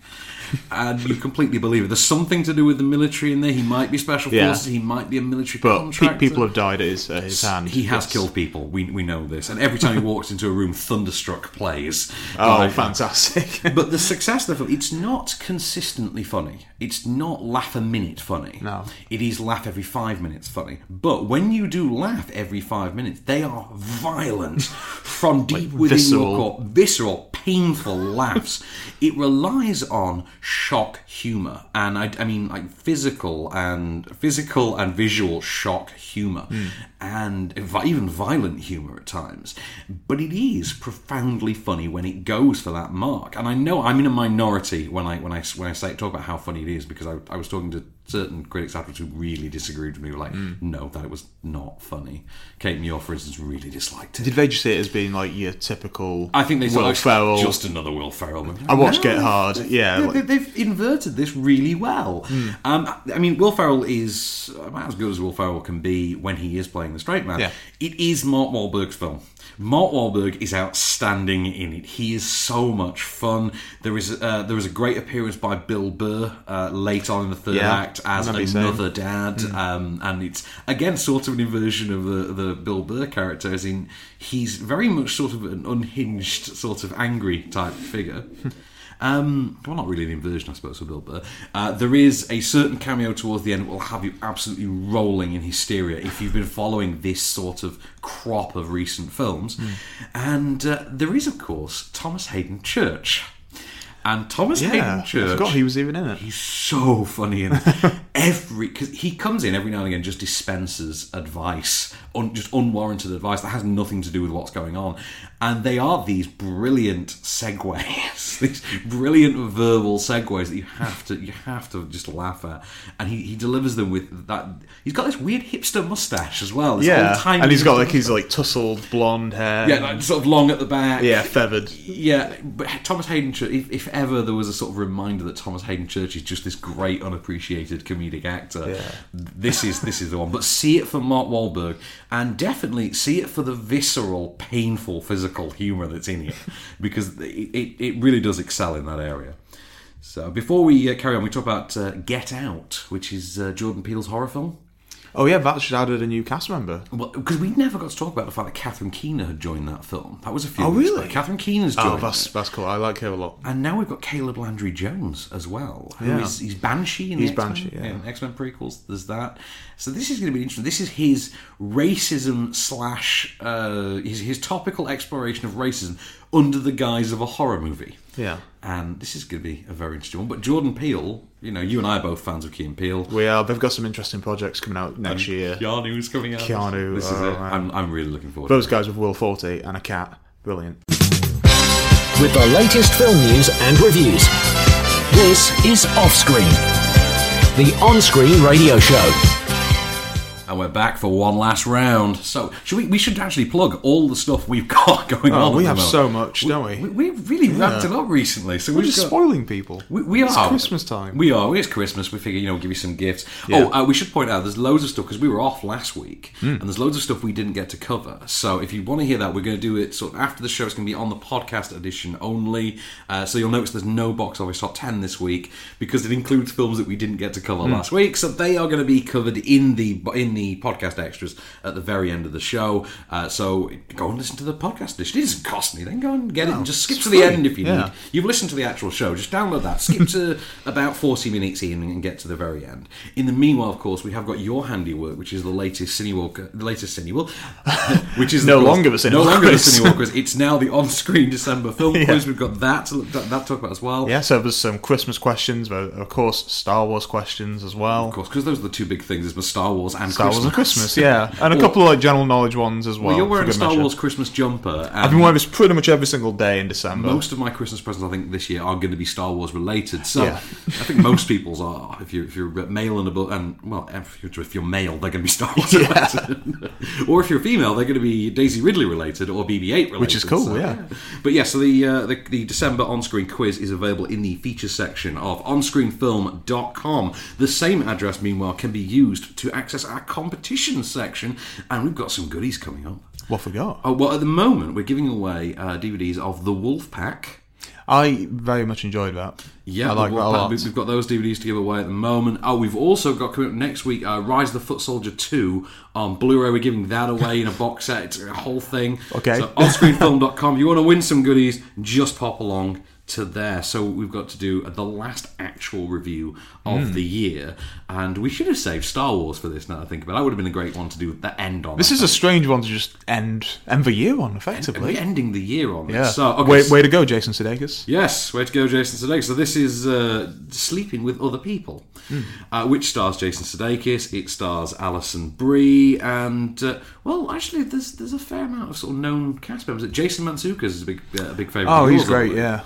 and you completely believe it. There's something to do with the military in there. He might be special
Yeah.
forces, he might be a military
But pe-
contractor.
people have died at his, at his hand.
He has
Yes.
killed people. We, we know this. And every time he walks into a room, Thunderstruck plays.
Oh,
fantastic. but the success of the film, it's not consistently funny. It's not laugh a minute funny. No. It is laugh every five minutes funny. But when you do laugh every five minutes, they are violent from deep within
visceral.
your core. Visceral, painful laughs. It relies on shock humor, and I, I mean like physical and physical and visual shock humor, and vi- even violent humor at times. But it is profoundly funny when it goes for that mark. And I know I'm in a minority when I when I when I say talk about how funny it is because I, I was talking to certain critics afterwards who really disagreed with me. Were like,
Mm.
no, that it was not funny. Kate Muir, for instance, really disliked it.
Did they just see it as being like your typical?
I think they
Will
saw it
Ferrell.
just another Will Ferrell. movie.
I watched
No.
Get Hard. Yeah,
they,
like-
they- they've inverted this really well.
Mm.
Um, I- I mean, Will Ferrell is about as good as Will Ferrell can be when he is playing the straight man.
Yeah.
It is Mark Wahlberg's film. Mark Wahlberg is outstanding in it. He is so much fun. There is uh, there is a great appearance by Bill Burr uh, late on in the third
Yeah,
act as
that'd be same.
another dad, um, and it's again sort of an inversion of the the Bill Burr character. As in, he's very much sort of an unhinged, sort of angry type figure. Um, well, not really an inversion, I suppose, for Bill Burr. Uh, there is a certain cameo towards the end that will have you absolutely rolling in hysteria if you've been following this sort of crop of recent films.
Mm.
And uh, there is, of course, Thomas Hayden Church. And Thomas
Yeah,
Hayden
I
Church.
forgot he was even in it.
He's so funny in every because he comes in every now and again just dispenses advice, un, just unwarranted advice that has nothing to do with what's going on, and they are these brilliant segues, these brilliant verbal segues that you have to you have to just laugh at, and he, he delivers them with that. He's got this weird hipster mustache as well. this
yeah,
old-timey
and he's got like
hipster
his like tousled blonde hair.
yeah, like, sort of long at the back.
Yeah, feathered.
Yeah, but Thomas Hayden Church. If, if ever there was a sort of reminder that Thomas Hayden Church is just this great unappreciated comedic actor, this is this is the one. But see it for Mark Wahlberg, and definitely see it for the visceral, painful, physical humour that's in it, because it, it, it really does excel in that area. So before we uh, carry on, we talk about uh, Get Out, which is uh, Jordan Peele's horror film.
Oh yeah, that's added a new cast member.
Well, because we never got to talk about the fact that Catherine Keener had joined that film. That was a few.
Oh,
weeks
really?
back. Catherine Keener's joined.
Oh, that's that's cool. I like her a lot.
And now we've got Caleb Landry Jones as well, who is
Yeah.
he's Banshee in
He's
the X-Men,
Banshee, yeah.
X Men prequels. There's that. So this is going to be interesting. This is his racism slash uh, his his topical exploration of racism under the guise of a horror movie.
Yeah.
And this is going to be a very interesting one. But Jordan Peele, you know, you and I are both fans of Key and Peele.
We are. They've got some interesting projects coming out next year.
Keanu's coming out.
Keanu.
This is
oh,
it.
man.
I'm, I'm really looking forward.
Those guys with Will Forte and a cat. Brilliant.
With the latest film news and reviews. This is Offscreen, the on screen radio show.
And we're back for one last round. So should we? We should actually plug all the stuff we've got going
Oh,
on. at
we
the
have
moment.
so much, don't we?
We, have really ramped it up recently, so
we're
we've
just
got-
spoiling people.
We, we
It's
are.
Christmas time.
We are. It's Christmas. We figure, you know, we'll give you some gifts.
Yeah. Hmm.
Oh, uh, we should point out there's loads of stuff because we were off last week, and there's loads of stuff we didn't get to cover. So if you want to hear that, we're going to do it sort of after the show. It's going to be on the podcast edition only. Uh, so you'll notice there's no box office top ten this week because it includes films that we didn't get to cover
Mm.
last week. So they are going to be covered in the in the podcast extras at the very end of the show. Uh, so go and listen to the podcast edition. It doesn't cost anything. Go and get it.
No,
And just skip
it's
to the
free.
end if you
Yeah.
need. You've listened to the actual show. Just download that. Skip to about 40 minutes in and get to the very end. In the meanwhile, of course, we have got your handiwork, which is the latest Cinework, the latest Cinework, which is
No
of course,
longer the
no
Cineworld
longer the
quiz.
Cinework quiz. It's now the on-screen December film
Yeah.
quiz. We've got that to look, that, that to talk about as well.
Yeah, so there's some Christmas questions, but of course Star Wars questions as well.
Of course, because those are the two big things: is Star Wars and
Star Wars
Christmas.
and Christmas, yeah, and a
Or-
couple of like general knowledge ones as well.
Well, you're wearing
for
a
good
Star
measure.
Wars Christmas jumper.
I've been
and-
wearing this pretty much every single day in December.
Most of my Christmas presents, I think, this year are going to be Star Wars related. So
Yeah.
I think most people's are. If you're if you're male and above, and well, if you're, if you're male, they're going to be Star Wars related. or if you're female, they're going to be Daisy Ridley related or BB-8 related.
Which is cool,
So,
yeah.
But yeah, so the, uh, the the December on-screen quiz is available in the feature section of onscreenfilm.com. The same address, meanwhile, can be used to access our competition section, and we've got some goodies coming up.
What have we got?
Oh, well, at the moment, we're giving away uh, DVDs of The Wolf Pack.
I very much enjoyed that.
Yeah,
I like that
we've,
a lot.
we've got those DVDs to give away at the moment. Oh, we've also got coming up next week uh, Rise of the Foot Soldier 2 on Blu ray. We're giving that away in a box set. It's a whole thing.
Okay.
So, offscreenfilm.com. You want to win some goodies, just pop along to there. So, we've got to do uh, the last actual review of
Hmm.
the year. And we should have saved Star Wars for this now that I think about it. That would have been a great one to do the end on.
This is a strange one to just end end the year on, effectively.
We're ending the year on
yeah.
this. So, okay,
way,
so-
way to go, Jason Sudeikis.
Yes, way to go, Jason Sudeikis. So this is uh, Sleeping with Other People,
Hmm.
uh, which stars Jason Sudeikis. It stars Alison Brie, and uh, well, actually, there's there's a fair amount of sort of known cast members. Jason Mantzoukas is a big uh, a big favorite.
Oh, he's great. Yeah.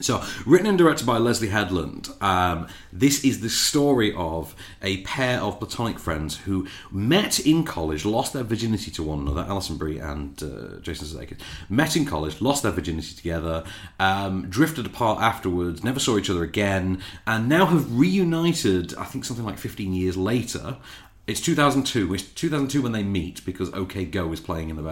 So, written and directed by Leslie Headland, um, this is the story of a pair of platonic friends who met in college, lost their virginity to one another. Alison Brie and uh, Jason Sudeikis met in college, lost their virginity together, um, drifted apart afterwards, never saw each other again, and now have reunited. I think something like 15 years later. It's 2002. It's 2002 when they meet because OK Go is playing in the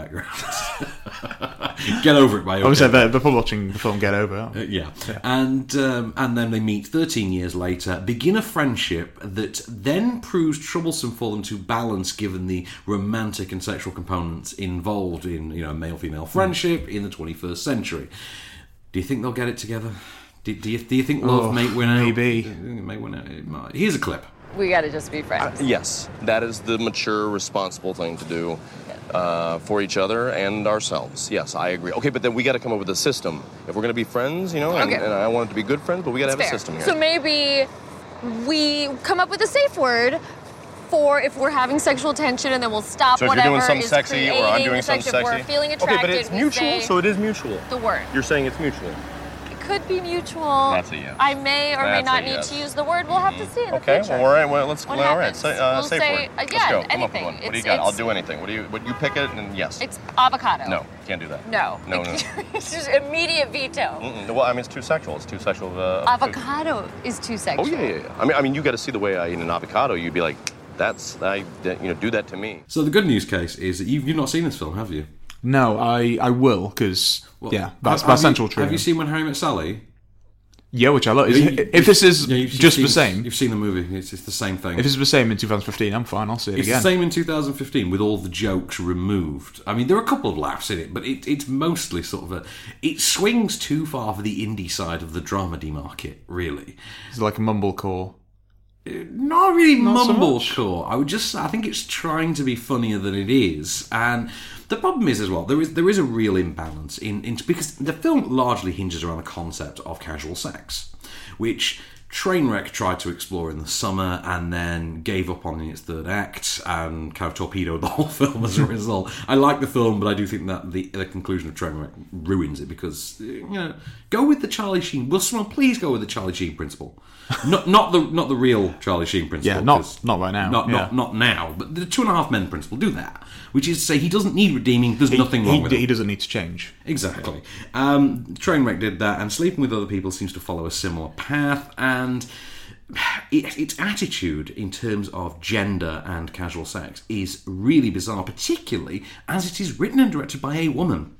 background. Get over it, by OK.
Obviously, they're, they're probably watching the film Get Over. aren't
Uh,
they?
yeah. and um, and then they meet 13 years later, begin a friendship that then proves troublesome for them to balance, given the romantic and sexual components involved in you know male
Hmm.
female friendship in the 21st century. Do you think they'll get it together? Do, do you do you think love
Oh,
may win out? Maybe it may win out. It might. Here's a clip.
We gotta just be friends.
Uh, Yes, that is the mature, responsible thing to do uh, for each other and ourselves. Yes, I agree. Okay, but then we got to come up with a system. If we're going to be friends, you know, and,
Okay.
and I want it to be good friends, but we got to have
It's
a
fair.
system here.
So maybe we come up with a safe word for if we're having sexual tension, and then we'll stop
So if you're
whatever
doing something
is
sexy or I'm
creating
doing
the
something
sex. If
sexy.
We're feeling
Okay, but
attracted.
it's
we
mutual,
say
so it is mutual.
The word.
You're saying it's mutual.
It could be mutual.
That's a yes.
I may or may
That's a
not need
yes. Mm-hmm.
to use the word. We'll have to see in the
Okay,
future.
well, all right, well, let's,
What
all right,
happens?
say, uh,
We'll
safe
say,
word.
uh,
Let's
yeah,
go. Come up with
anything.
one. What do you
It's-
got? I'll
it's-
do anything. What do you, what, you pick it and yes.
It's avocado.
no, can't do that.
No.
No, no.
it's just immediate veto.
Mm-mm. Well, I mean, it's too sexual. It's too sexual of a. of a food.
Avocado is too
Oh
sexual.
yeah, yeah, yeah. I mean, I mean, you got to see the way I eat an avocado. You'd be like, that's I, that- you know, do that to me.
So the good news case is that you've, you've not seen this film, have you?
No, I, I will because
Well,
yeah,
have-
that's
have
that's
you-
central true.
Have you seen When Harry Met Sally?
Yeah, which I love. Is-
Yeah, you-
if this is
yeah, you've- you've
just the
seen-
same,
you've seen the movie. It's, it's the same thing.
if it's the same in 2015, I'm fine. I'll see it
It's
again.
the same in 2015 with all the jokes removed. I mean, there are a couple of laughs in it, but it, it's mostly sort of a. It swings too far for the indie side of the dramedy market, really.
It's like a mumblecore.
Not really
Not so
mumblecore. I would just. I think it's trying to be funnier than it is, and the problem is as well. There is there is a real imbalance in, in because the film largely hinges around the concept of casual sex, which. Trainwreck tried to explore in the summer and then gave up on in its third act and kind of torpedoed the whole film as a result. I like the film, but I do think that the, the conclusion of Trainwreck ruins it because you know go with the Charlie Sheen. Will someone please go with the Charlie Sheen principle? Not not the not the real Charlie Sheen principle.
Yeah, not-
'cause-
not right now,
Not not
yeah.
not now. But the two and a half men principle do that, which is to say he doesn't need redeeming. There's
He-
nothing wrong
he-
with it.
he doesn't need to change.
Exactly. Um, Trainwreck did that, and sleeping with other people seems to follow a similar path. And it, its attitude in terms of gender and casual sex is really bizarre, particularly as it is written and directed by a woman.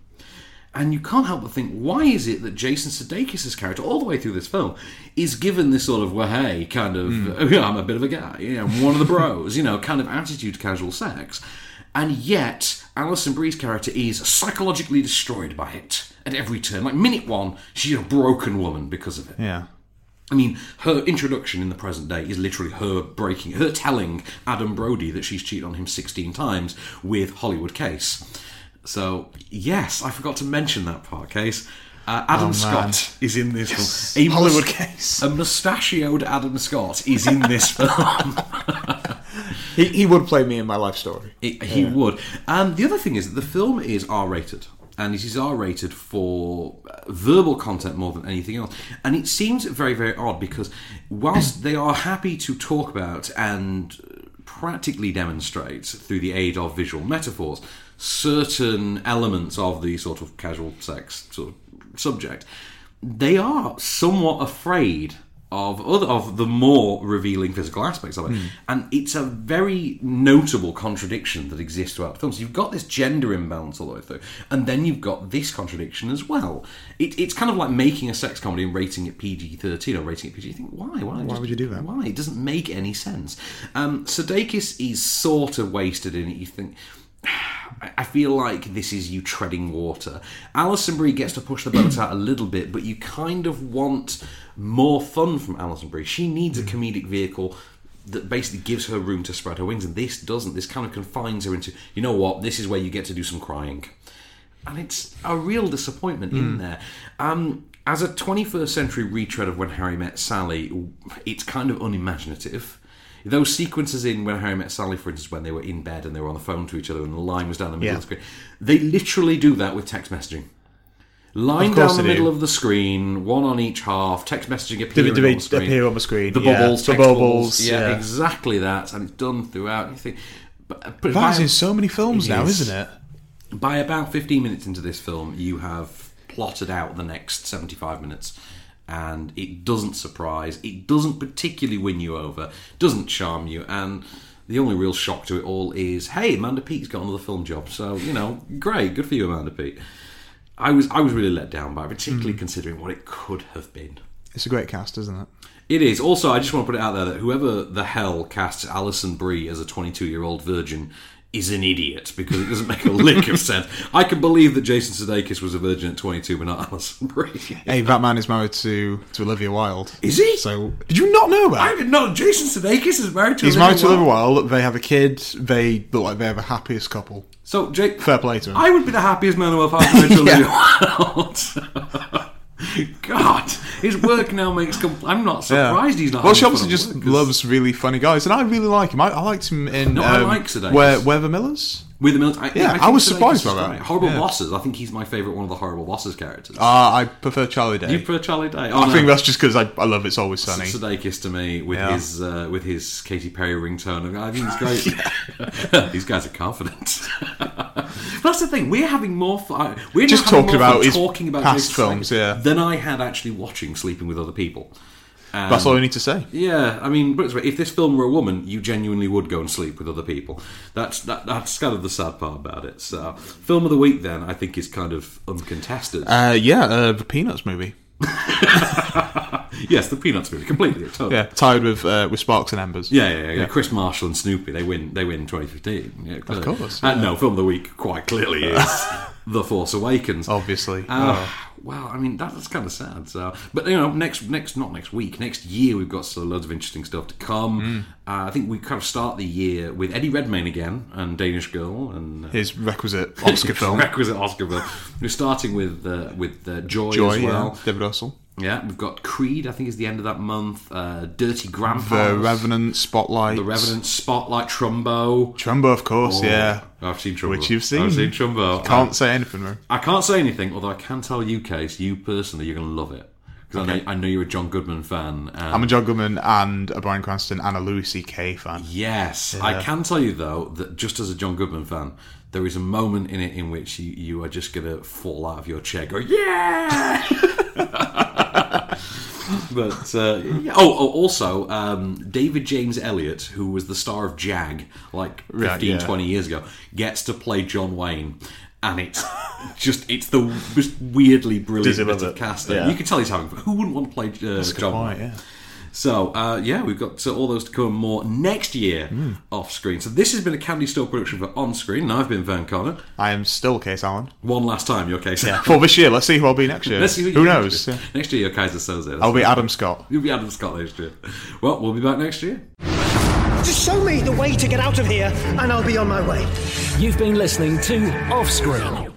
And you can't help but think, why is it that Jason Sudeikis' character, all the way through this film, is given this sort of "well, hey" kind of
Mm.
"Yeah, I'm a bit of a guy, you know, I'm one of the bros, you know, kind of attitude to casual sex, and yet Alison Brie's character is psychologically destroyed by it at every turn. Like minute one, she's a broken woman because of it.
Yeah.
I mean, her introduction in the present day is literally her breaking, her telling Adam Brody that she's cheated on him 16 times with Hollywood Case. So, yes, I forgot to mention that part, Case. Uh, Adam
Oh, man.
Scott is in this film.
Yes. Hollywood
Case. A mustachioed Adam Scott is in this film.
He, he would play me in my life story.
It- he
Yeah.
would. Um, the other thing is that the film is R rated. And it is R rated for uh, verbal content more than anything else. And it seems very, very odd because whilst they are happy to talk about and practically demonstrate through the aid of visual metaphors certain elements of the sort of casual sex sort of subject, they are somewhat afraid of other, of the more revealing physical aspects of it.
Hmm.
Mm.
And it's a very notable contradiction that exists throughout the film. So you've got this gender imbalance all the way through, and then you've got this contradiction as well. It, it's kind of like making a sex comedy and rating it PG thirteen or rating it PG. You think why? Why?
Why would you do that?
Why? It doesn't make any sense. Um, Sudeikis is sort of wasted in it. You think. I I feel like this is you treading water. Alison Brie gets to push the boat out a little bit, but you kind of want more fun from Alison Brie. She needs a comedic vehicle that basically gives her room to spread her wings, and this doesn't. This kind of confines her into, you know what, this is where you get to do some crying. And it's a real disappointment in
Hmm.
Mm.
there. Um, as a 21st century retread of When Harry Met Sally, it's kind of unimaginative. Those sequences in When Harry Met Sally, for instance, when they were in bed and they were on the phone to each other and the line was down the middle of
Yeah.
the screen, they literally do that with text messaging. Line
Of course
down the
they do.
middle of the screen, one on each half, text messaging
Do
appearing
they- do they
on the screen.
appear on the screen?
The
Yeah.
bubbles,
The
text bubbles.
bubbles,
Yeah,
yeah.
exactly that. And it's done throughout. You think, but, but
That is
by-
in so many films
it
now,
is.
is. not it?
By about 15 minutes into this film, you have plotted out the next 75 minutes. And it doesn't surprise, it doesn't particularly win you over, doesn't charm you. And the only real shock to it all is hey, Amanda Pete's got another film job. So, you know, great, good for you, Amanda Pete. I was, I was really let down by it, particularly
Mm.
considering what it could have been.
It's a great cast, isn't it?
It is. Also, I just want to put it out there that whoever the hell casts Alison Brie as a 22 year old virgin is an idiot because it doesn't make a lick of sense. I can believe that Jason Sudeikis was a virgin at 22, but not Alison Brie.
Hey, that man is married to, to Olivia Wilde.
Is he?
So did you not know that?
I did not. Jason Sudeikis is married to.
He's
Olivia
married to
Wilde.
Olivia Wilde. They have a kid. They look like they're the happiest couple.
So Jake,
fair play to him.
I would be the happiest man on earth after married to Olivia Wilde. God, his work now makes. Compl- I'm not surprised he's not.
Well,
having
she
fun
obviously
at
just
work.
loves really funny guys, and I really like him. I, I liked him in
No, I
um,
like Sudeikis.
Where Where the Millers.
With the military,
Yeah, I was surprised by that.
Horrible
Yeah.
bosses. I think he's my favourite one of the horrible bosses characters.
Ah, I prefer Charlie Day.
You prefer Charlie Day?
I
Oh, no.
think that's just because I, I love It's Always Sunny.
Sudeikis to me with
Yeah.
his uh, with his Katy Perry ringtone. I think it's great. These guys are confident. that's the thing. We're having more fun. We're
Just
now having
talking
more fun
about his
talking about
past
Jason Sudeikis
films, yeah.
Than I had actually watching Sleeping with Other People. Um,
That's all I need to say.
Yeah, I mean, but it's- if this film were a woman, you genuinely would go and sleep with other people. That's that, that's kind of the sad part about it. So, film of the week then, I think, is kind of uncontested.
Uh, yeah, uh, the Peanuts movie.
yes, the Peanuts movie, completely, totally.
Yeah, tied with uh, with Sparks and Embers.
Yeah, yeah, yeah, yeah. Chris Marshall and Snoopy, they win. They win 2015. Yeah, clearly.
course,
Uh,
yeah. Uh.
no, film of the week quite clearly is The Force Awakens.
Obviously.
Uh,
Oh.
Well, I mean that, that's kind of sad. So, but you know, next next not next week, next year we've got so loads of interesting stuff to
Mm.
come. Uh, I think we kind of start the year with Eddie Redmayne again and Danish Girl and uh,
Oh. His requisite Oscar film.
requisite Oscar film. We're starting with uh, with uh, Joy,
Joy,
as
yeah,
well.
David Russell.
Yeah, we've got Creed. I think is the end of that month. Uh, Dirty Grandpa.
The Revenant, Spotlight.
The Revenant, Spotlight, Trumbo.
Trumbo, of course,
Oh,
yeah.
I've seen Trumbo.
Which you've seen.
I've seen Trumbo.
Can't
Uh,
say anything, though.
I can't say anything, although I can tell you, Case, you personally, you're going to love it. Because I,
Okay.
know, I know you're a John Goodman fan. And
I'm a John Goodman and a Brian Cranston and a Louis C.K. fan.
Yes.
Yeah.
I can tell you, though, that just as a John Goodman fan, there is a moment in it in which you, you are just going to fall out of your chair go, yeah! but uh, yeah. oh, oh, also um, David James Elliott, who was the star of Jag like 15,
Right, yeah.
20 years ago, gets to play John Wayne, and it's just it's the most weirdly brilliant
Does he
bit
love
of
it?
casting.
Yeah.
You can tell he's having fun. Who wouldn't want to play uh,
That's a good
John
point,
Wayne?
yeah.
So uh, yeah, we've got so all those to come and more next year
Mm.
off screen. So this has been a Candy Store production for On Screen. And I've been Van Connor.
I am still Case Allen.
One last time, your case.
Yeah. For this year, let's see who I'll be next year.
Let's see
who
you-
knows? Yeah.
Next year, your Kaiser Soze.
I'll be Adam Scott.
You'll be Adam Scott next year. Well, we'll be back next year.
Just show me the way to get out of here, and I'll be on my way.
You've been listening to Offscreen.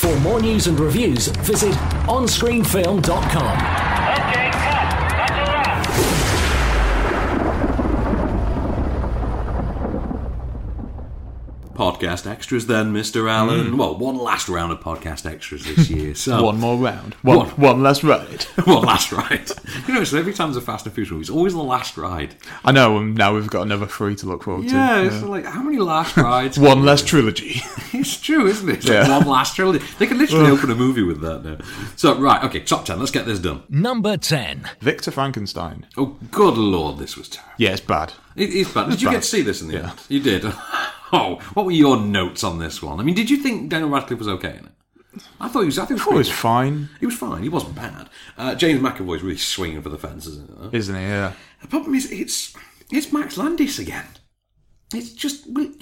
For more news and reviews, visit onscreenfilm.com.
podcast extras then, Mr. Allen.
Mm.
Well, one last round of podcast extras this year. So
one more round. One, one.
Oh. One.
last ride.
one last ride. You know, so every time there's a Fast and Furious movie, it's always the last ride.
I know, and now we've got another three to look forward
Yeah,
to.
it's like how many last rides?
One less trilogy.
It's true, isn't it? It's
Yeah.
like one last trilogy. They can literally
Ugh.
open a movie with that now. So right, okay, top ten. Let's get this done.
Number 10.
Victor Frankenstein.
Oh, good lord, this was terrible.
Yeah, it's bad.
It is bad. Did
It's
you get
bad.
to see this in the end? You did. Oh, what were your notes on this one? I mean, did you think Daniel Radcliffe was okay in it? I thought he was. I think he was,
Oh, it's
pretty
fine,
good. He was fine. He wasn't bad. Uh, James McAvoy's really swinging for the fences, isn't it?
isn't it? Yeah.
The problem is, it's it's Max Landis again. It's just we-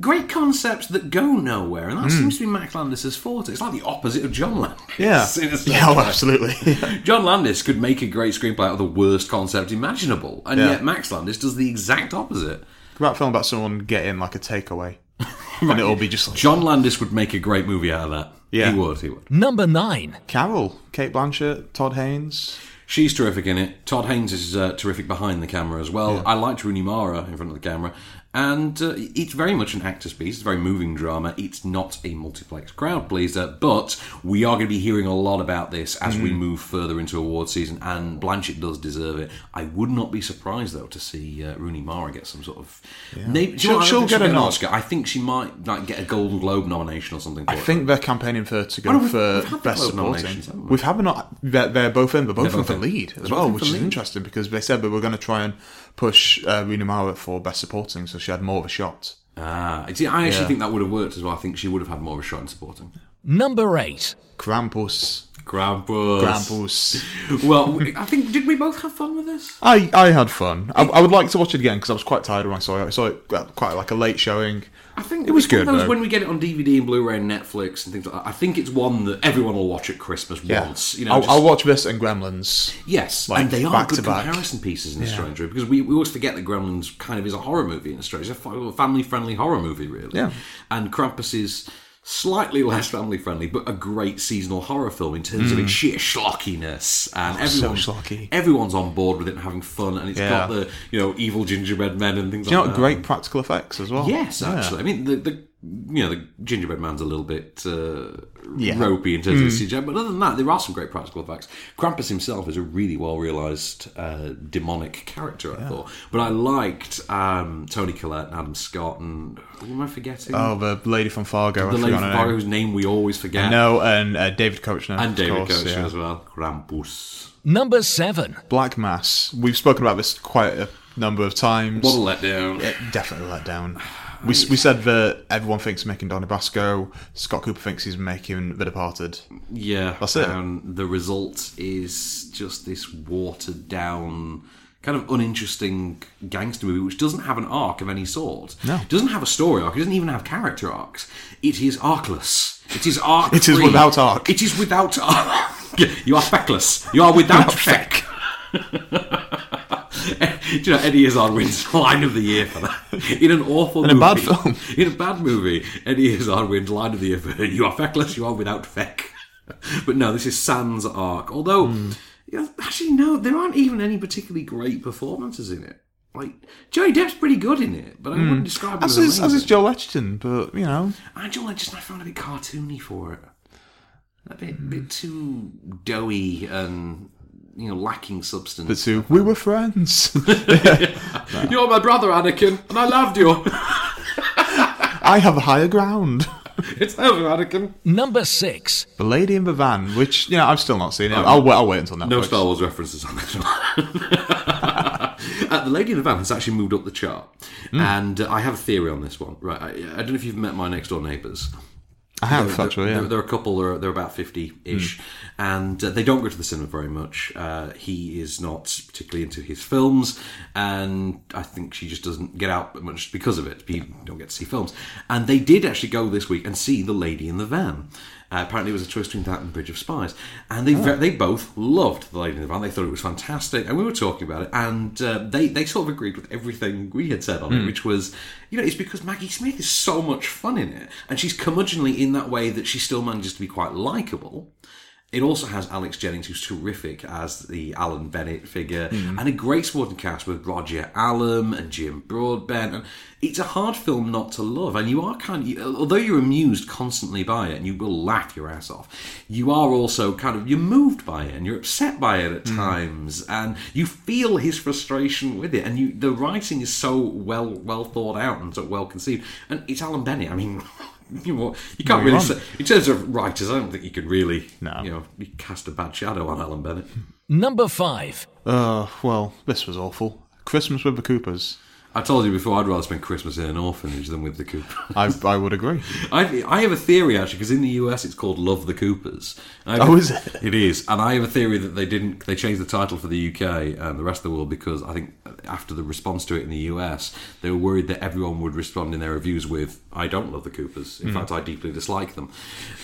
great concepts that go nowhere, and that
Mm.
seems to be Max Landis's forte. It's like the opposite of John Landis.
Yeah.
In a sense.
Yeah, oh, absolutely.
John Landis could make a great screenplay out of the worst concept imaginable, and
Yeah.
yet Max Landis does the exact opposite.
About film about someone getting like a takeaway.
And it'll be just like John Landis would make a great movie out of that. Yeah, he would. He would.
Number 9.
Carol, Kate Blanchett, Todd Haynes.
She's terrific in it. Todd Haynes is uh, terrific behind the camera as well. I liked Rooney Mara in front of the camera. And uh, it's very much an actor's piece. It's a very moving drama. It's not a multiplex crowd pleaser, but we are going to be hearing a lot about this as we
Mm.
move further into awards season, and Blanchett does deserve it. I would not be surprised, though, to see uh, Rooney Mara get some sort of. Maybe, do you know what? I
She'll-
don't
she'll
think
get a
an
nod.
Oscar. I think she might like get a Golden Globe nomination or something. For
I
it.
think they're campaigning for to go
Oh, no, we've-
for
we've had the
best
Globe
supporting.
nominations, haven't we?
We've had not. They're, they're both in. They're both
They're
in for
both in.
lead
They're
as
both
well,
in
which
for
is
lead.
interesting because they said they were going to try and push uh, Rooney Mara for best supporting, so she had more of a shot.
Ah, See, I actually
Yeah.
think that would have worked as well. I think she would have had more of a shot in supporting.
Number 8.
Krampus.
Krampus.
Krampus.
Well, we- I think did we both have fun with this?
I, I had fun. I, I would like to watch it again because I was quite tired when I saw it. I saw it uh, quite like a late showing.
I think
It was
it's one of
good,
Those
though.
when we get it on DVD and Blu-ray and Netflix and things like that. I think it's one that everyone will watch at Christmas
Yeah.
once. You know,
I'll,
just-
I'll watch this and Gremlins.
Yes,
like,
and they are
back
good
to back.
comparison pieces in
Yeah.
Australia because we, we always forget that Gremlins kind of is a horror movie in Australia. It's a family friendly horror movie, really.
Yeah.
And Krampus is slightly less family friendly, but a great seasonal horror film in terms of
Mm.
its sheer schlockiness and
Oh, so
everyone,
schlocky.
everyone's on board with it and having fun, and it's
Yeah.
got the you know evil gingerbread men and things
Do you know
like
what?
that.
Great practical effects as well.
Yes,
Yeah.
actually. I mean, the, the you know the gingerbread man's a little bit uh,
Yeah.
ropey in terms of
Mm.
the CGI, but other than that, there are some great practical effects. Krampus himself is a really well realised uh, demonic character, I
Yeah.
thought. But I liked um, Tony Collette and Adam Scott, and who am I forgetting?
Oh, the lady from Fargo.
the
I
lady
forgot her
from
name.
Fargo whose name we always forget.
No, and uh, David Kochner.
and
of
David
course,
Kochner
yeah.
as well. Krampus.
Number 7.
Black Mass. We've spoken about this quite a number of times.
What a letdown.
It definitely let down. We, we said that everyone thinks he's making Donnie Brasco. Scott Cooper thinks he's making The Departed.
Yeah,
That's it.
And the result is just this watered down, kind of uninteresting gangster movie, which doesn't have an arc of any sort.
No.
It doesn't have a story arc. It doesn't even have character arcs. It is arcless. It is arc.
It is
free.
without arc.
It is without arc. you are feckless. You are without feck. Do you know Eddie Izzard wins Line of the Year for that? In an awful,
In a bad
movie. film, in a bad movie, Eddie Izzard wins Line of the Year for "You are feckless, you are without feck." But no, this is Sans arc. Although, you know, actually, no, there aren't even any particularly great performances in it. Like Johnny Depp's pretty good in it, but I wouldn't
Mm.
describe him
as
Hmm. as,
is, as is
amazing.
Joel Edgerton, but you know,
And Joel Edgerton, I found a bit cartoony for it. A bit, bit too doughy and you know lacking substance.
the two. We were friends.
You're my brother, Anakin, and I loved you.
I have a higher ground.
it's over, Anakin.
Number 6.
The Lady in the Van, which you know, I've still not seen it.
Um,
I'll wait. I'll wait until Netflix.
No Star Wars references on this one. uh, the Lady in the Van has actually moved up the chart,
Hmm.
and uh, I have a theory on this one. Right, I, I don't know if you've met my next door neighbours.
I have,
They're- they're-
actually, yeah. Hmm.
they're, they're a couple. They're, they're about fifty-ish, and uh, they don't go to the cinema very much. Uh, he is not particularly into his films, and I think she just doesn't get out much because of it. People don't get to see films, and they did actually go this week and see The Lady in the Van. Uh, apparently, it was a choice between that and Bridge of Spies, and they
Oh.
they both loved The Lady in the Van. They thought it was fantastic, and we were talking about it, and uh, they they sort of agreed with everything we had said on it,
Hmm.
which was, you know, it's because Maggie Smith is so much fun in it, and she's curmudgeonly in that way that she still manages to be quite likable. It also has Alex Jennings, who's terrific as the Alan Bennett figure,
Mhm.
and a great supporting cast with Roger Allam and Jim Broadbent. And it's a hard film not to love, and you are kind of, you- although you're amused constantly by it and you will laugh your ass off, you are also kind of, you're moved by it and you're upset by it at times, and you feel his frustration with it. And you, the writing is so well, well thought out and so well conceived. And it's Alan Bennett. I mean, you know, you can't
No,
really
you're
say,
on.
in terms of writers, I don't think you could really, you know, you cast a bad shadow on Alan Bennett.
Number 5.
Uh, well, this was awful. Christmas with the Coopers.
I told you before, I'd rather spend Christmas in an orphanage than with the Coopers.
I, I would agree.
I, I have a theory actually, because in the US it's called Love the Coopers. I have-
Oh, is it?
It is, and I have a theory that they didn't. They changed the title for the UK and the rest of the world because I think after the response to it in the US, they were worried that everyone would respond in their reviews with "I don't love the Coopers. In
Mm.
fact, I deeply dislike them."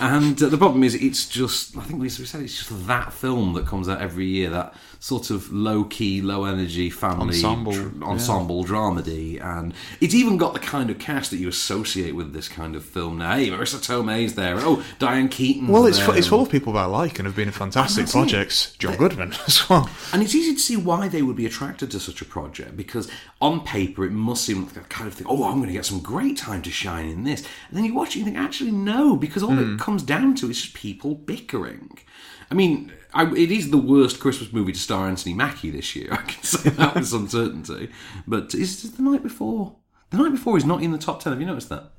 And uh, the problem is, it's just. I think we we said it's just that film that comes out every year. That sort of low key, low energy family
Ensemble,
tr-
yeah.
ensemble dramedy, and it's even got the kind of cast that you associate with this kind of film now. Hey, Marissa Tomei's there. Oh, Diane Keaton.
Well, it's,
there.
fu- it's full of people that I like and Um, have been in fantastic
And that's it.
projects. John Goodman as well.
And it's easy to see why they would be attracted to such a project because on paper it must seem like the kind of thing, oh, I'm going to get some great time to shine in this. And then you watch it and you think, actually, no, because all
Hmm.
it comes down to is just people bickering. I mean, I, it is the worst Christmas movie to star Anthony Mackie this year. I can say that with some certainty. But is it the night before? The night before is not in the top 10. Have you noticed that?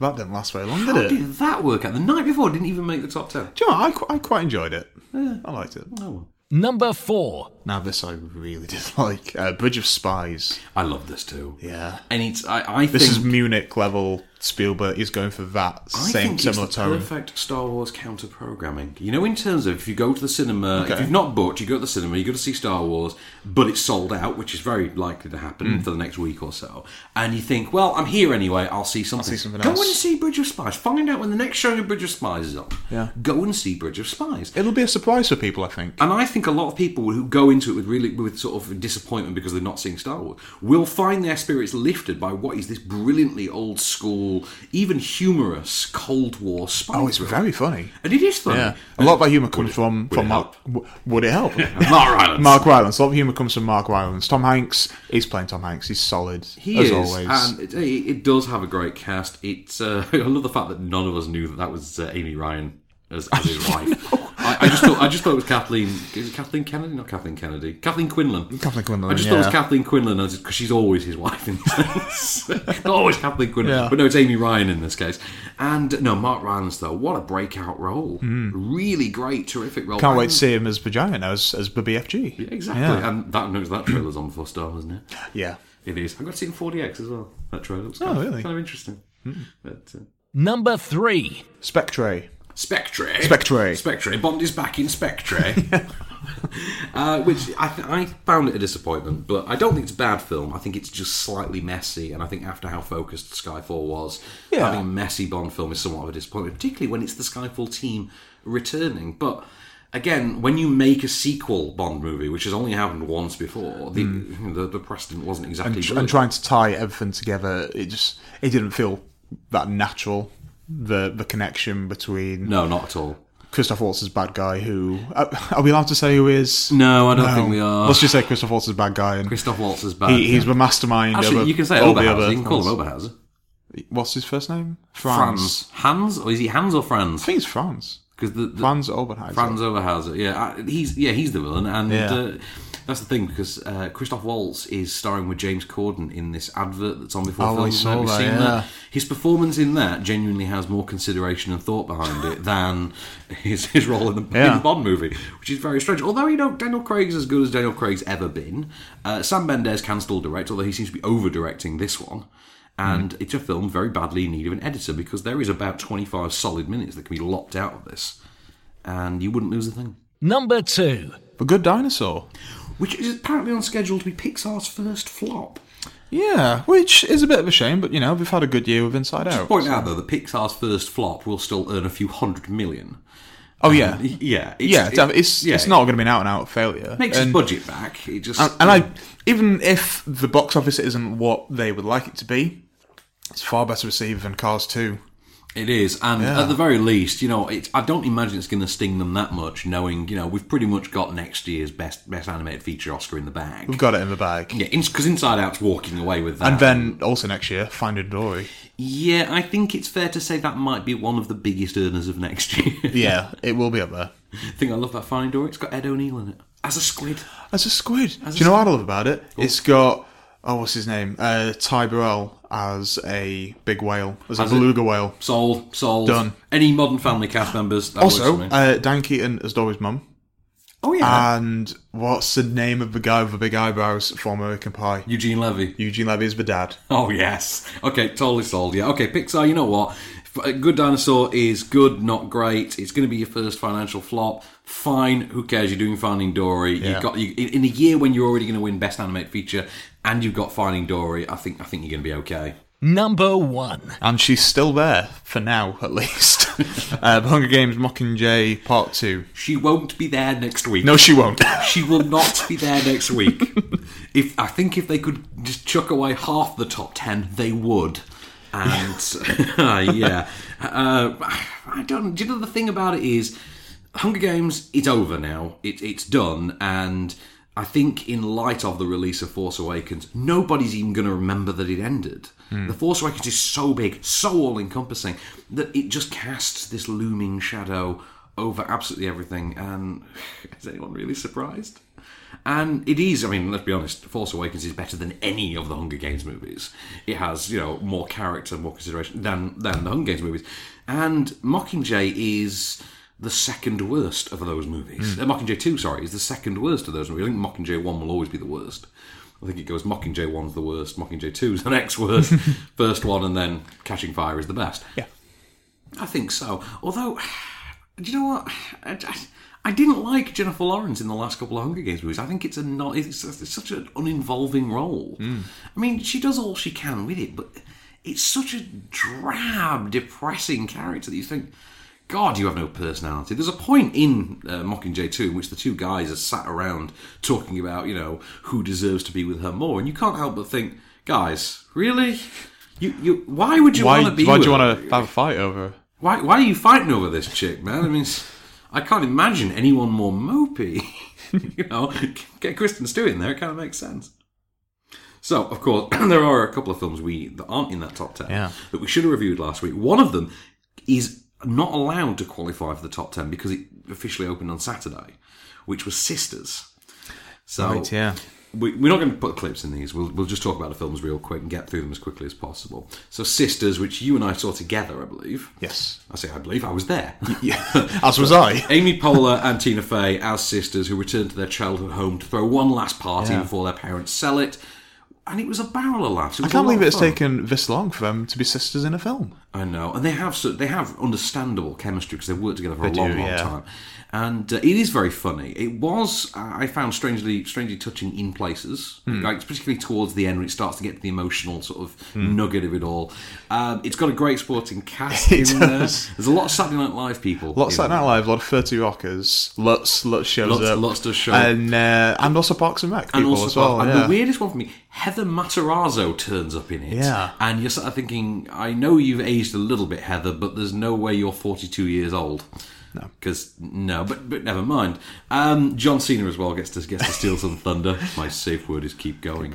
That didn't last very long, did
How
it?
did that work out? The night before didn't even make the top 10.
Do you know, what? I, qu- I quite enjoyed it. I liked it.
Number 4.
Now, this I really dislike. Uh, Bridge of Spies.
I love this too.
Yeah.
And it's, I, I
this
think.
is Munich level Spielberg. He's going for that
I
same
think
similar
it's the
tone.
perfect Star Wars counter programming. You know, in terms of if you go to the cinema, if
Okay.
you've not booked, you go to the cinema, you go to see Star Wars, but it's sold out, which is very likely to happen
Mm.
for the next week or so, and you think, well, I'm here anyway, I'll see something.
something
go
else.
and see Bridge of Spies. Find out when the next showing of Bridge of Spies is on.
Yeah.
Go and see Bridge of Spies.
It'll be a surprise for people, I think.
And I think a lot of people who go into it with really with sort of disappointment because they're not seeing Star Wars will find their spirits lifted by what is this brilliantly old school, even humorous Cold War spy.
Oh, it's
thriller.
very funny.
And it is funny.
Yeah. A lot of our humour comes from,
would
from
it
Mark. w- Would it help?
Mark Rylance.
Mark Rylance. A lot of humour comes from Mark Rylance. Tom Hanks, he's playing Tom Hanks. He's solid,
He
as
is,
always.
and it, it it does have a great cast. It's uh, I love the fact that none of us knew that that was uh, Amy Ryan as, as his wife. I, I just thought I just thought it was Kathleen is it Kathleen Kennedy, not Kathleen Kennedy, Kathleen Quinlan.
Kathleen Quinlan,
I just thought it was
yeah.
Kathleen Quinlan because she's always his wife in these things. always Kathleen Quinlan,
Yeah.
but no, it's Amy Ryan in this case. And no, Mark Rylance though, what a breakout role!
Mm.
Really great, terrific role.
Can't wait
And-
to see him as Vagina now, as, as BBFG.
Exactly,
Yeah.
and that knows that trailer's on before Star, isn't it?
Yeah.
it is. I got to see it in 4DX as well. That trailer looks
Oh,
kind, of-
really? Hmm.
kind of interesting. But uh,
Number 3.
Spectre.
Spectre,
Spectre.
Spectre. Bond is back in Spectre, uh, which I, th- I found it a disappointment. But I don't think it's a bad film. I think it's just slightly messy, and I think after how focused Skyfall was,
Yeah.
having a messy Bond film is somewhat of a disappointment, particularly when it's the Skyfall team returning. But again, when you make a sequel Bond movie, which has only happened once before, the
Hmm.
the, the precedent wasn't exactly.
and, tr-
good.
and trying to tie everything together, it just it didn't feel that natural. The the connection between
No, not at all.
Christoph Waltz is bad guy. Who are, are we allowed to say who is?
No, I don't think we are.
Let's just say Christoph Waltz is bad guy. And
Christoph Waltz is bad,
He, he's
yeah.
the mastermind.
Actually,
of a-
you can say
all the
Oberhauser.
other
You can call him
films.
Oberhauser.
What's his first name?
Franz. Hans, or is he Hans or Franz? I
think it's Franz.
Because the, the
Franz Oberhauser.
Franz Oberhauser, yeah, I- he's yeah he's the villain, and
Yeah.
uh, that's the thing because uh, Christoph Waltz is starring with James Corden in this advert that's on before
Oh, I
films.
saw
Have you
that,
seen
yeah.
that? His performance in that genuinely has more consideration and thought behind it than his, his role in the, in the
Yeah.
Bond movie, which is very strange. Although you know Daniel Craig's as good as Daniel Craig's ever been. Uh, Sam Mendes can still direct, although he seems to be over directing this one. And it's a film very badly in need of an editor because there is about 25 solid minutes that can be lopped out of this. And you wouldn't lose a thing.
Number 2.
The Good Dinosaur.
Which is apparently on schedule to be Pixar's first flop.
Yeah, which is a bit of a shame, but you know we've had a good year with Inside
Just
Out.
point out, though, that Pixar's first flop will still earn a few hundred million.
Oh yeah,
Um, yeah, it's-
yeah.
it-
It's
yeah,
it's not going to be an out and out failure.
Makes
and,
his budget back. It just
and, and I even if the box office isn't what they would like it to be, it's far better received than Cars Two.
It is, and
Yeah.
at the very least, you know, it, I don't imagine it's going to sting them that much, knowing you know we've pretty much got next year's best best animated feature Oscar in the bag.
We've got it in the bag.
Yeah, because Inside Out's walking away with that.
And then also next year, Finding Dory.
yeah, I think it's fair to say that might be one of the biggest earners of next year.
Yeah, it will be up there.
I think I love that Finding Dory. It's got Ed O'Neill in it as a squid.
As a squid. Do you know what I love about it? It's got oh, what's his name? Uh, Ty Burrell as a big whale, as a
Has it?
beluga whale.
Sold, sold.
Done.
Any Modern Family cast members? That
also,
works for me.
uh, Dan Keaton as Dory's mum.
Oh yeah.
And what's the name of the guy with the big eyebrows from American Pie?
Eugene Levy.
Eugene Levy is the dad.
Oh yes. Okay, totally sold. Yeah. Okay, Pixar. You know what? F- uh, Good Dinosaur is good, not great. It's going to be your first financial flop. Fine. Who cares? You're doing Finding Dory.
Yeah.
You've got you, in in a year when you're already going to win Best Animated Feature, and you've got Finding Dory. I think I think you're going to be okay.
Number one. And she's still there, for now at least. uh, The Hunger Games Mockingjay Part 2.
She won't be there next week.
No, she won't.
she will not be there next week. if I think if they could just chuck away half the top ten, they would. And yeah, uh, I don't. Do you know the thing about it is, Hunger Games. It's over now. It, it's done. And I think in light of the release of Force Awakens, nobody's even going to remember that it ended. The Force Awakens is so big, so all encompassing that it just casts this looming shadow over absolutely everything. And is anyone really surprised? And it is, I mean, let's be honest, Force Awakens is better than any of the Hunger Games movies. It has, you know, more character, more consideration than, than the Hunger Games movies. And Mockingjay is the second worst of those movies. Uh, Mockingjay 2, sorry, is the second worst of those movies. I think Mockingjay 1 will always be the worst. I think it goes Mockingjay 1's the worst, Mockingjay 2's the next worst, first one, and then Catching Fire is the best. Yeah. I think so. Although, do you know what? I, I- I didn't like Jennifer Lawrence in the last couple of Hunger Games movies. I think it's a not. It's, it's such an uninvolving role.
Hmm.
I mean, she does all she can with it, but it's such a drab, depressing character that you think, God, you have no personality. There's a point in uh, Mockingjay 2 in which the two guys are sat around talking about, you know, who deserves to be with her more, and you can't help but think, guys, really? You, you, why would you
Why,
want to be?
why do
with
you
her?
want to have a fight over?
Why, why are you fighting over this chick, man? I mean, it's- I can't imagine anyone more mopey. you know, get Kristen Stewart in there, it kind of makes sense. So, of course, there are a couple of films we that aren't in that top ten
Yeah.
that we should have reviewed last week. One of them is not allowed to qualify for the top ten because it officially opened on Saturday, which was Sisters. So,
Right, yeah.
we, we're not going to put clips in these. We'll, we'll just talk about the films real quick and get through them as quickly as possible. So, Sisters, which you and I saw together, I believe.
Yes.
I say I believe I was there.
As was I.
Amy Poehler and Tina Fey as sisters who return to their childhood home to throw one last party
Yeah.
before their parents sell it. And it was a barrel of laughs. It
I
was a
can't
lot
believe
of
it's
fun.
taken this long for them to be sisters in a film.
I know, and they have so they have understandable chemistry because they've worked together for a
They do,
long, long
yeah.
time, and uh, it is very funny. It was uh, I found strangely strangely touching in places,
Hmm.
like particularly towards the end when it starts to get to the emotional sort of
Hmm.
nugget of it all. Um, it's got a great sporting cast
It
in there.
does.
There's a lot of Saturday Night Live people.
Lots
in
of Saturday Night Live, a lot of 30 Rockers, lots, lots shows
Lots-
up.
lots does show up.
And, uh, and also Parks and Rec people
and also
as well.
and
yeah.
the weirdest one for me, Heather Matarazzo turns up in it.
Yeah.
And you're sort of thinking, I know you've aged a little bit, Heather, but there's no way you're 42 years old. No. Because, no, but, but never mind. Um, John Cena as well gets to, gets to steal some thunder. My safe word is keep going.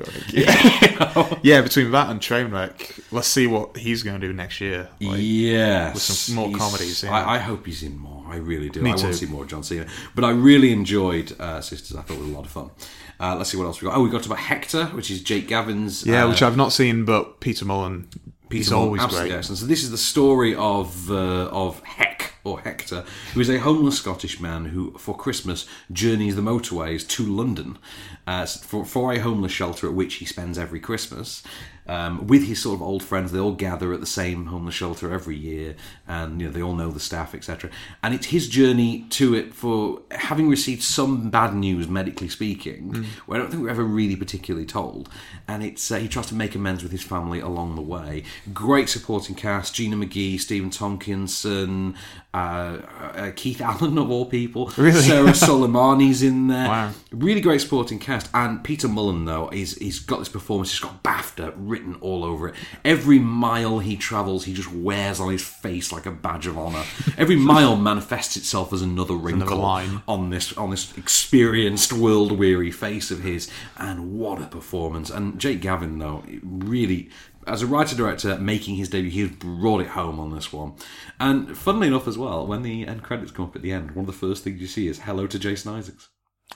yeah, between that and Trainwreck, let's see what he's going to do next year.
yes,
with some more
he's-
comedies, yeah.
I, I hope he's in more. I really do.
Me
I
too.
want to see more of John Cena. But I really enjoyed uh, Sisters. I thought it was a lot of fun. Uh, let's see what else we got. Oh, we got about Hector, which is Jake Gavin's.
Yeah,
uh,
which I've not seen, but Peter Mullen, he's
Moore,
always
absolutely
great.
excellent. So this is the story of uh, of Heck or Hector, who is a homeless Scottish man who, for Christmas, journeys the motorways to London uh, for for a homeless shelter at which he spends every Christmas. Um, with his sort of old friends, they all gather at the same homeless shelter every year, and you know they all know the staff, etc. And it's his journey to it for having received some bad news, medically speaking,
Mm.
where I don't think we're ever really particularly told. And it's uh, he tries to make amends with his family along the way. Great supporting cast: Gina McGee, Stephen Tompkinson, uh, uh, Keith Allen of all people,
Really?
Sarah Soleimani's in there.
Wow.
Really great supporting cast. And Peter Mullen though is he's got this performance. He's got BAFTA written all over it. Every mile he travels, he just wears on his face like a badge of honor. Every mile manifests itself as another wrinkle on this on this experienced, world weary face of his. And what a performance! And Jake Gavin, though, it really as a writer director making his debut, he's brought it home on this one. And funnily enough, as well, when the end credits come up at the end, one of the first things you see is "Hello to Jason Isaacs."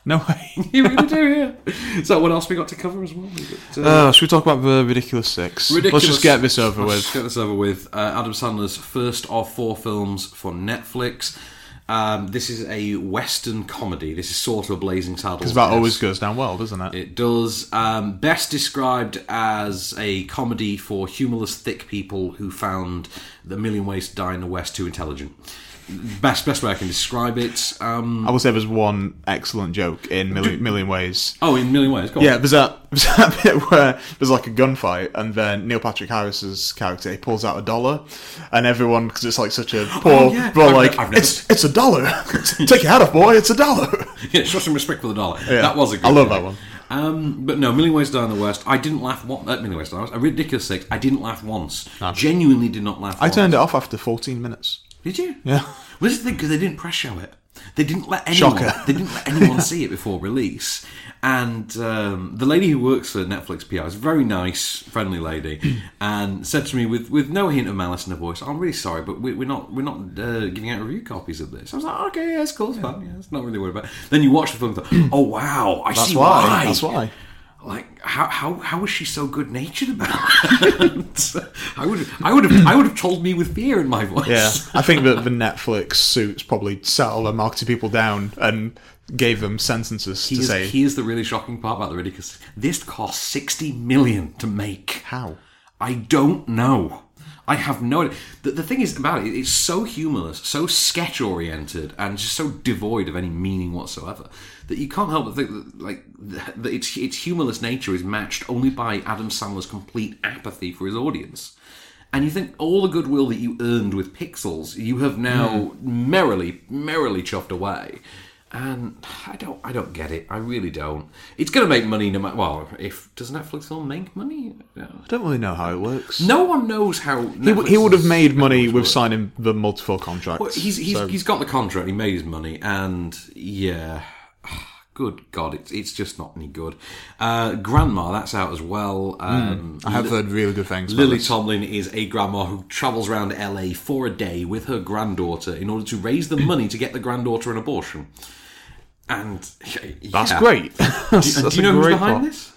No way.
you really do, yeah. Is that what else we got to cover as well? Is it,
Uh, should we talk about the ridiculous six? Let's just get this over
Let's
with.
just get this over with. Uh, Adam Sandler's first of four films for Netflix. Um, this is a western comedy. This is sort of a Blazing Saddles.
Because that always
esque.
goes down well, doesn't it?
It does. Um, best described as a comedy for humorless, thick people who found the Million Ways to Die in the West too intelligent. Best best way I can describe it. Um,
I will say there's one excellent joke in Million, million Ways.
oh, in Million Ways. Go on.
Yeah, there's that, there's that bit where there's like a gunfight, and then Neil Patrick Harris's character he pulls out a dollar, and everyone because it's like such a poor,
Oh, yeah.
bro,
I've-
like
I've never-
it's it's a dollar. Take your hat off, boy. It's a dollar.
yeah, show some respect for the dollar.
Yeah.
That was a good
I love
one.
that one.
Um, but no, Million Ways Down the West. I didn't laugh one. Uh, Million Ways Down the West. A ridiculous six. I didn't laugh once. Genuinely did not laugh.
I
once.
turned it off after 14 minutes.
Did you?
Yeah.
Well, this is the thing because they didn't press show it. They didn't let anyone.
Shocker.
They didn't let anyone see it before release. And um, the lady who works for Netflix PR is a very nice, friendly lady, and said to me with, with no hint of malice in her voice, "I'm really sorry, but we, we're not we're not uh, giving out review copies of this." I was like, "Okay, yeah, it's cool, it's fine. Yeah, it's not really worried about." It. Then you watch the film, and go, "Oh wow, I
That's
see
why.
why.
That's why.
Like how how how was she so good natured about it? I would I would have I would have told me with fear in my voice.
Yeah, I think that the Netflix suits probably settled the marketing people down and gave them sentences to
here's,
say.
here's the really shocking part about the ridiculous. This cost sixty million to make.
How?
I don't know. I have no idea. The, the thing is about it, it's so humorless, so sketch oriented, and just so devoid of any meaning whatsoever that you can't help but think that like that its its humorless nature is matched only by Adam Sandler's complete apathy for his audience. And you think all the goodwill that you earned with Pixels, you have now merrily, merrily chuffed away. And I don't, I don't get it. I really don't. It's going to make money no matter. Well, if does Netflix film make money? No.
I don't really know how it works.
No one knows how
He,
Netflix
w- he would have made money with signing the multiple contracts.
Well, he's he's,
so-
he's got the contract. He made his money, and yeah, good God, it's it's just not any good. Uh, grandma, that's out as well. Um,
Hmm. I have
Li-
heard really good things. about
Lily
this.
Tomlin is a grandma who travels around LA for a day with her granddaughter in order to raise the money to get the granddaughter an abortion. And yeah.
That's great.
do,
That's-
do
that's
you
a
know who's
great
behind
plot.
this?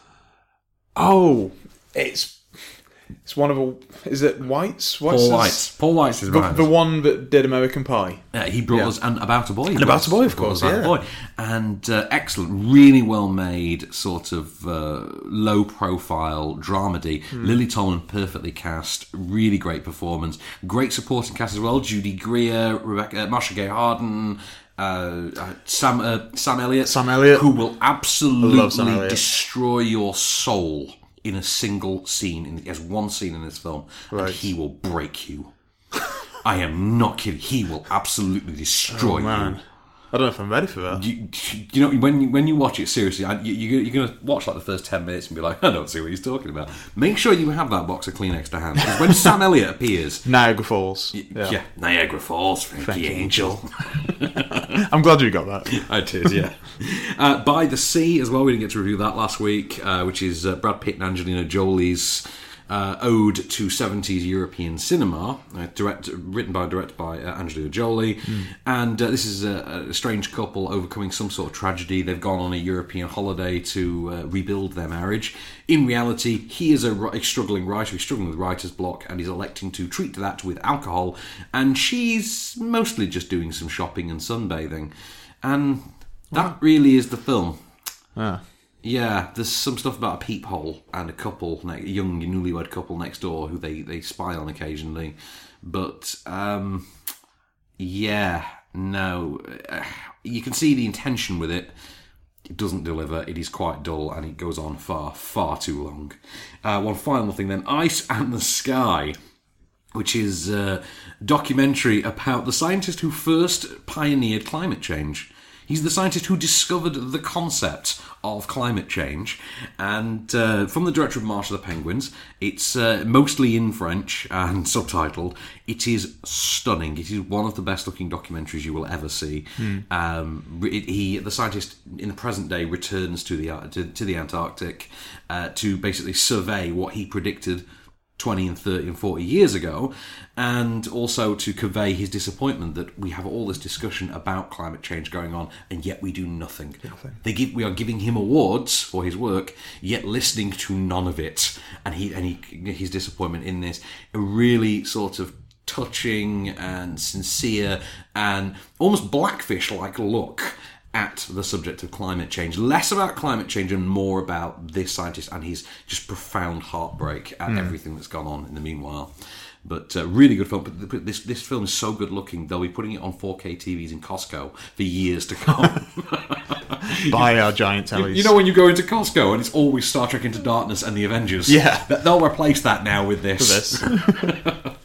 Oh, it's it's one of a. Is it Whites? What's
Paul
his-
White. Paul White's is
the,
behind
the
this.
one that did American Pie.
Uh, he brought
Yeah.
us and about a boy, he
And
brought
About a
us-
Boy, of
brought us
course,
About a
yeah.
boy. and uh, excellent, really well made, sort of uh, low profile dramedy.
Hmm.
Lily Tomlin, perfectly cast, really great performance, great supporting cast as well. Judy Greer, Rebecca, uh, Marsha Gay Harden. Uh, uh, Sam uh, Sam Elliott, Sam Elliott, who will absolutely
Elliott.
destroy your soul in a single scene. In, he has one scene in this film, and he will break you. I am not kidding. He will absolutely destroy
Oh, man.
you.
I don't know if I'm ready for that.
You, you know, when you, when you watch it seriously, I- you, you, you're going to watch like the first 10 minutes and be like, I don't see what he's talking about. Make sure you have that box of Kleenex to hand. 'cause when Sam Elliott appears.
Niagara Falls.
Yeah. Niagara Falls, Frankie, Angel.
I'm glad you got that.
I did, yeah. uh, By the Sea as well. We didn't get to review that last week, uh, which is uh, Brad Pitt and Angelina Jolie's uh, ode to 70s European cinema, uh, direct, written by directed by uh, Angelina Jolie. And uh, this is a, a strange couple overcoming some sort of tragedy. They've gone on a European holiday to uh, rebuild their marriage. In reality, he is a, ri- a struggling writer. He's struggling with writer's block and he's electing to treat that with alcohol. And she's mostly just doing some shopping and sunbathing. And that really is the film.
Ah.
Yeah, there's some stuff about a peephole and a couple, ne- a young newlywed couple next door who they, they spy on occasionally. But, um, yeah, no. uh, You can see the intention with it. It doesn't deliver, it is quite dull, and it goes on far, far too long. Uh, one final thing then Ice and the Sky which is a documentary about the scientist who first pioneered climate change. He's the scientist who discovered the concept of climate change. And uh, from the director of March of the Penguins, it's uh, mostly in French and subtitled. It is stunning. It is one of the best looking documentaries you will ever see.
Hmm.
Um, it- he, the scientist in the present day, returns to the Ar- to, to the Antarctic uh, to basically survey what he predicted 20 and 30 and 40 years ago, and also to convey his disappointment that we have all this discussion about climate change going on, and yet we do nothing. They give, we are giving him awards for his work, yet listening to none of it. And he and he, his disappointment in this really sort of touching and sincere and almost blackfish like look at the subject of climate change. Less about climate change and more about this scientist and his just profound heartbreak at
Hmm.
everything that's gone on in the meanwhile. But uh, really good film. But th- this this film is so good looking. They'll be putting it on 4K TVs in Costco for years to come.
Buy our giant
You,
tellies.
you know when you go into Costco and it's always Star Trek Into Darkness and the Avengers.
Yeah.
Th- they'll replace that now with this.
With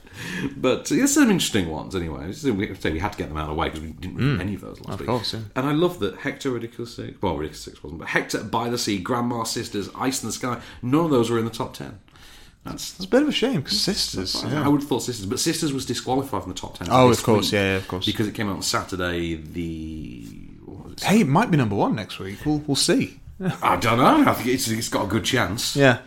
but there's some interesting ones anyway. It's- We have to say we had to get them out of the way because we didn't read
Mm.
any of those last
Of
week.
course, yeah.
And I love that Hector Ridiculous Six, well, Ridiculous Six wasn't, but Hector by the Sea, Grandma Sisters, Ice in the Sky. None of those were in the top ten. That's,
It's a bit of a shame because sisters.
I-
yeah.
I would have thought Sisters, but Sisters was disqualified from the top ten.
Oh,
this
of course,
week
yeah, yeah, of course.
because it came out on Saturday. The
Hey, it might be number one next week. We'll, we'll see.
I don't know. I think it's, it's got a good chance.
Yeah.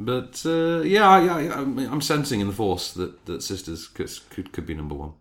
But uh, yeah, I, I, I'm- I'm sensing in the force that, that Sisters could, could could be number one.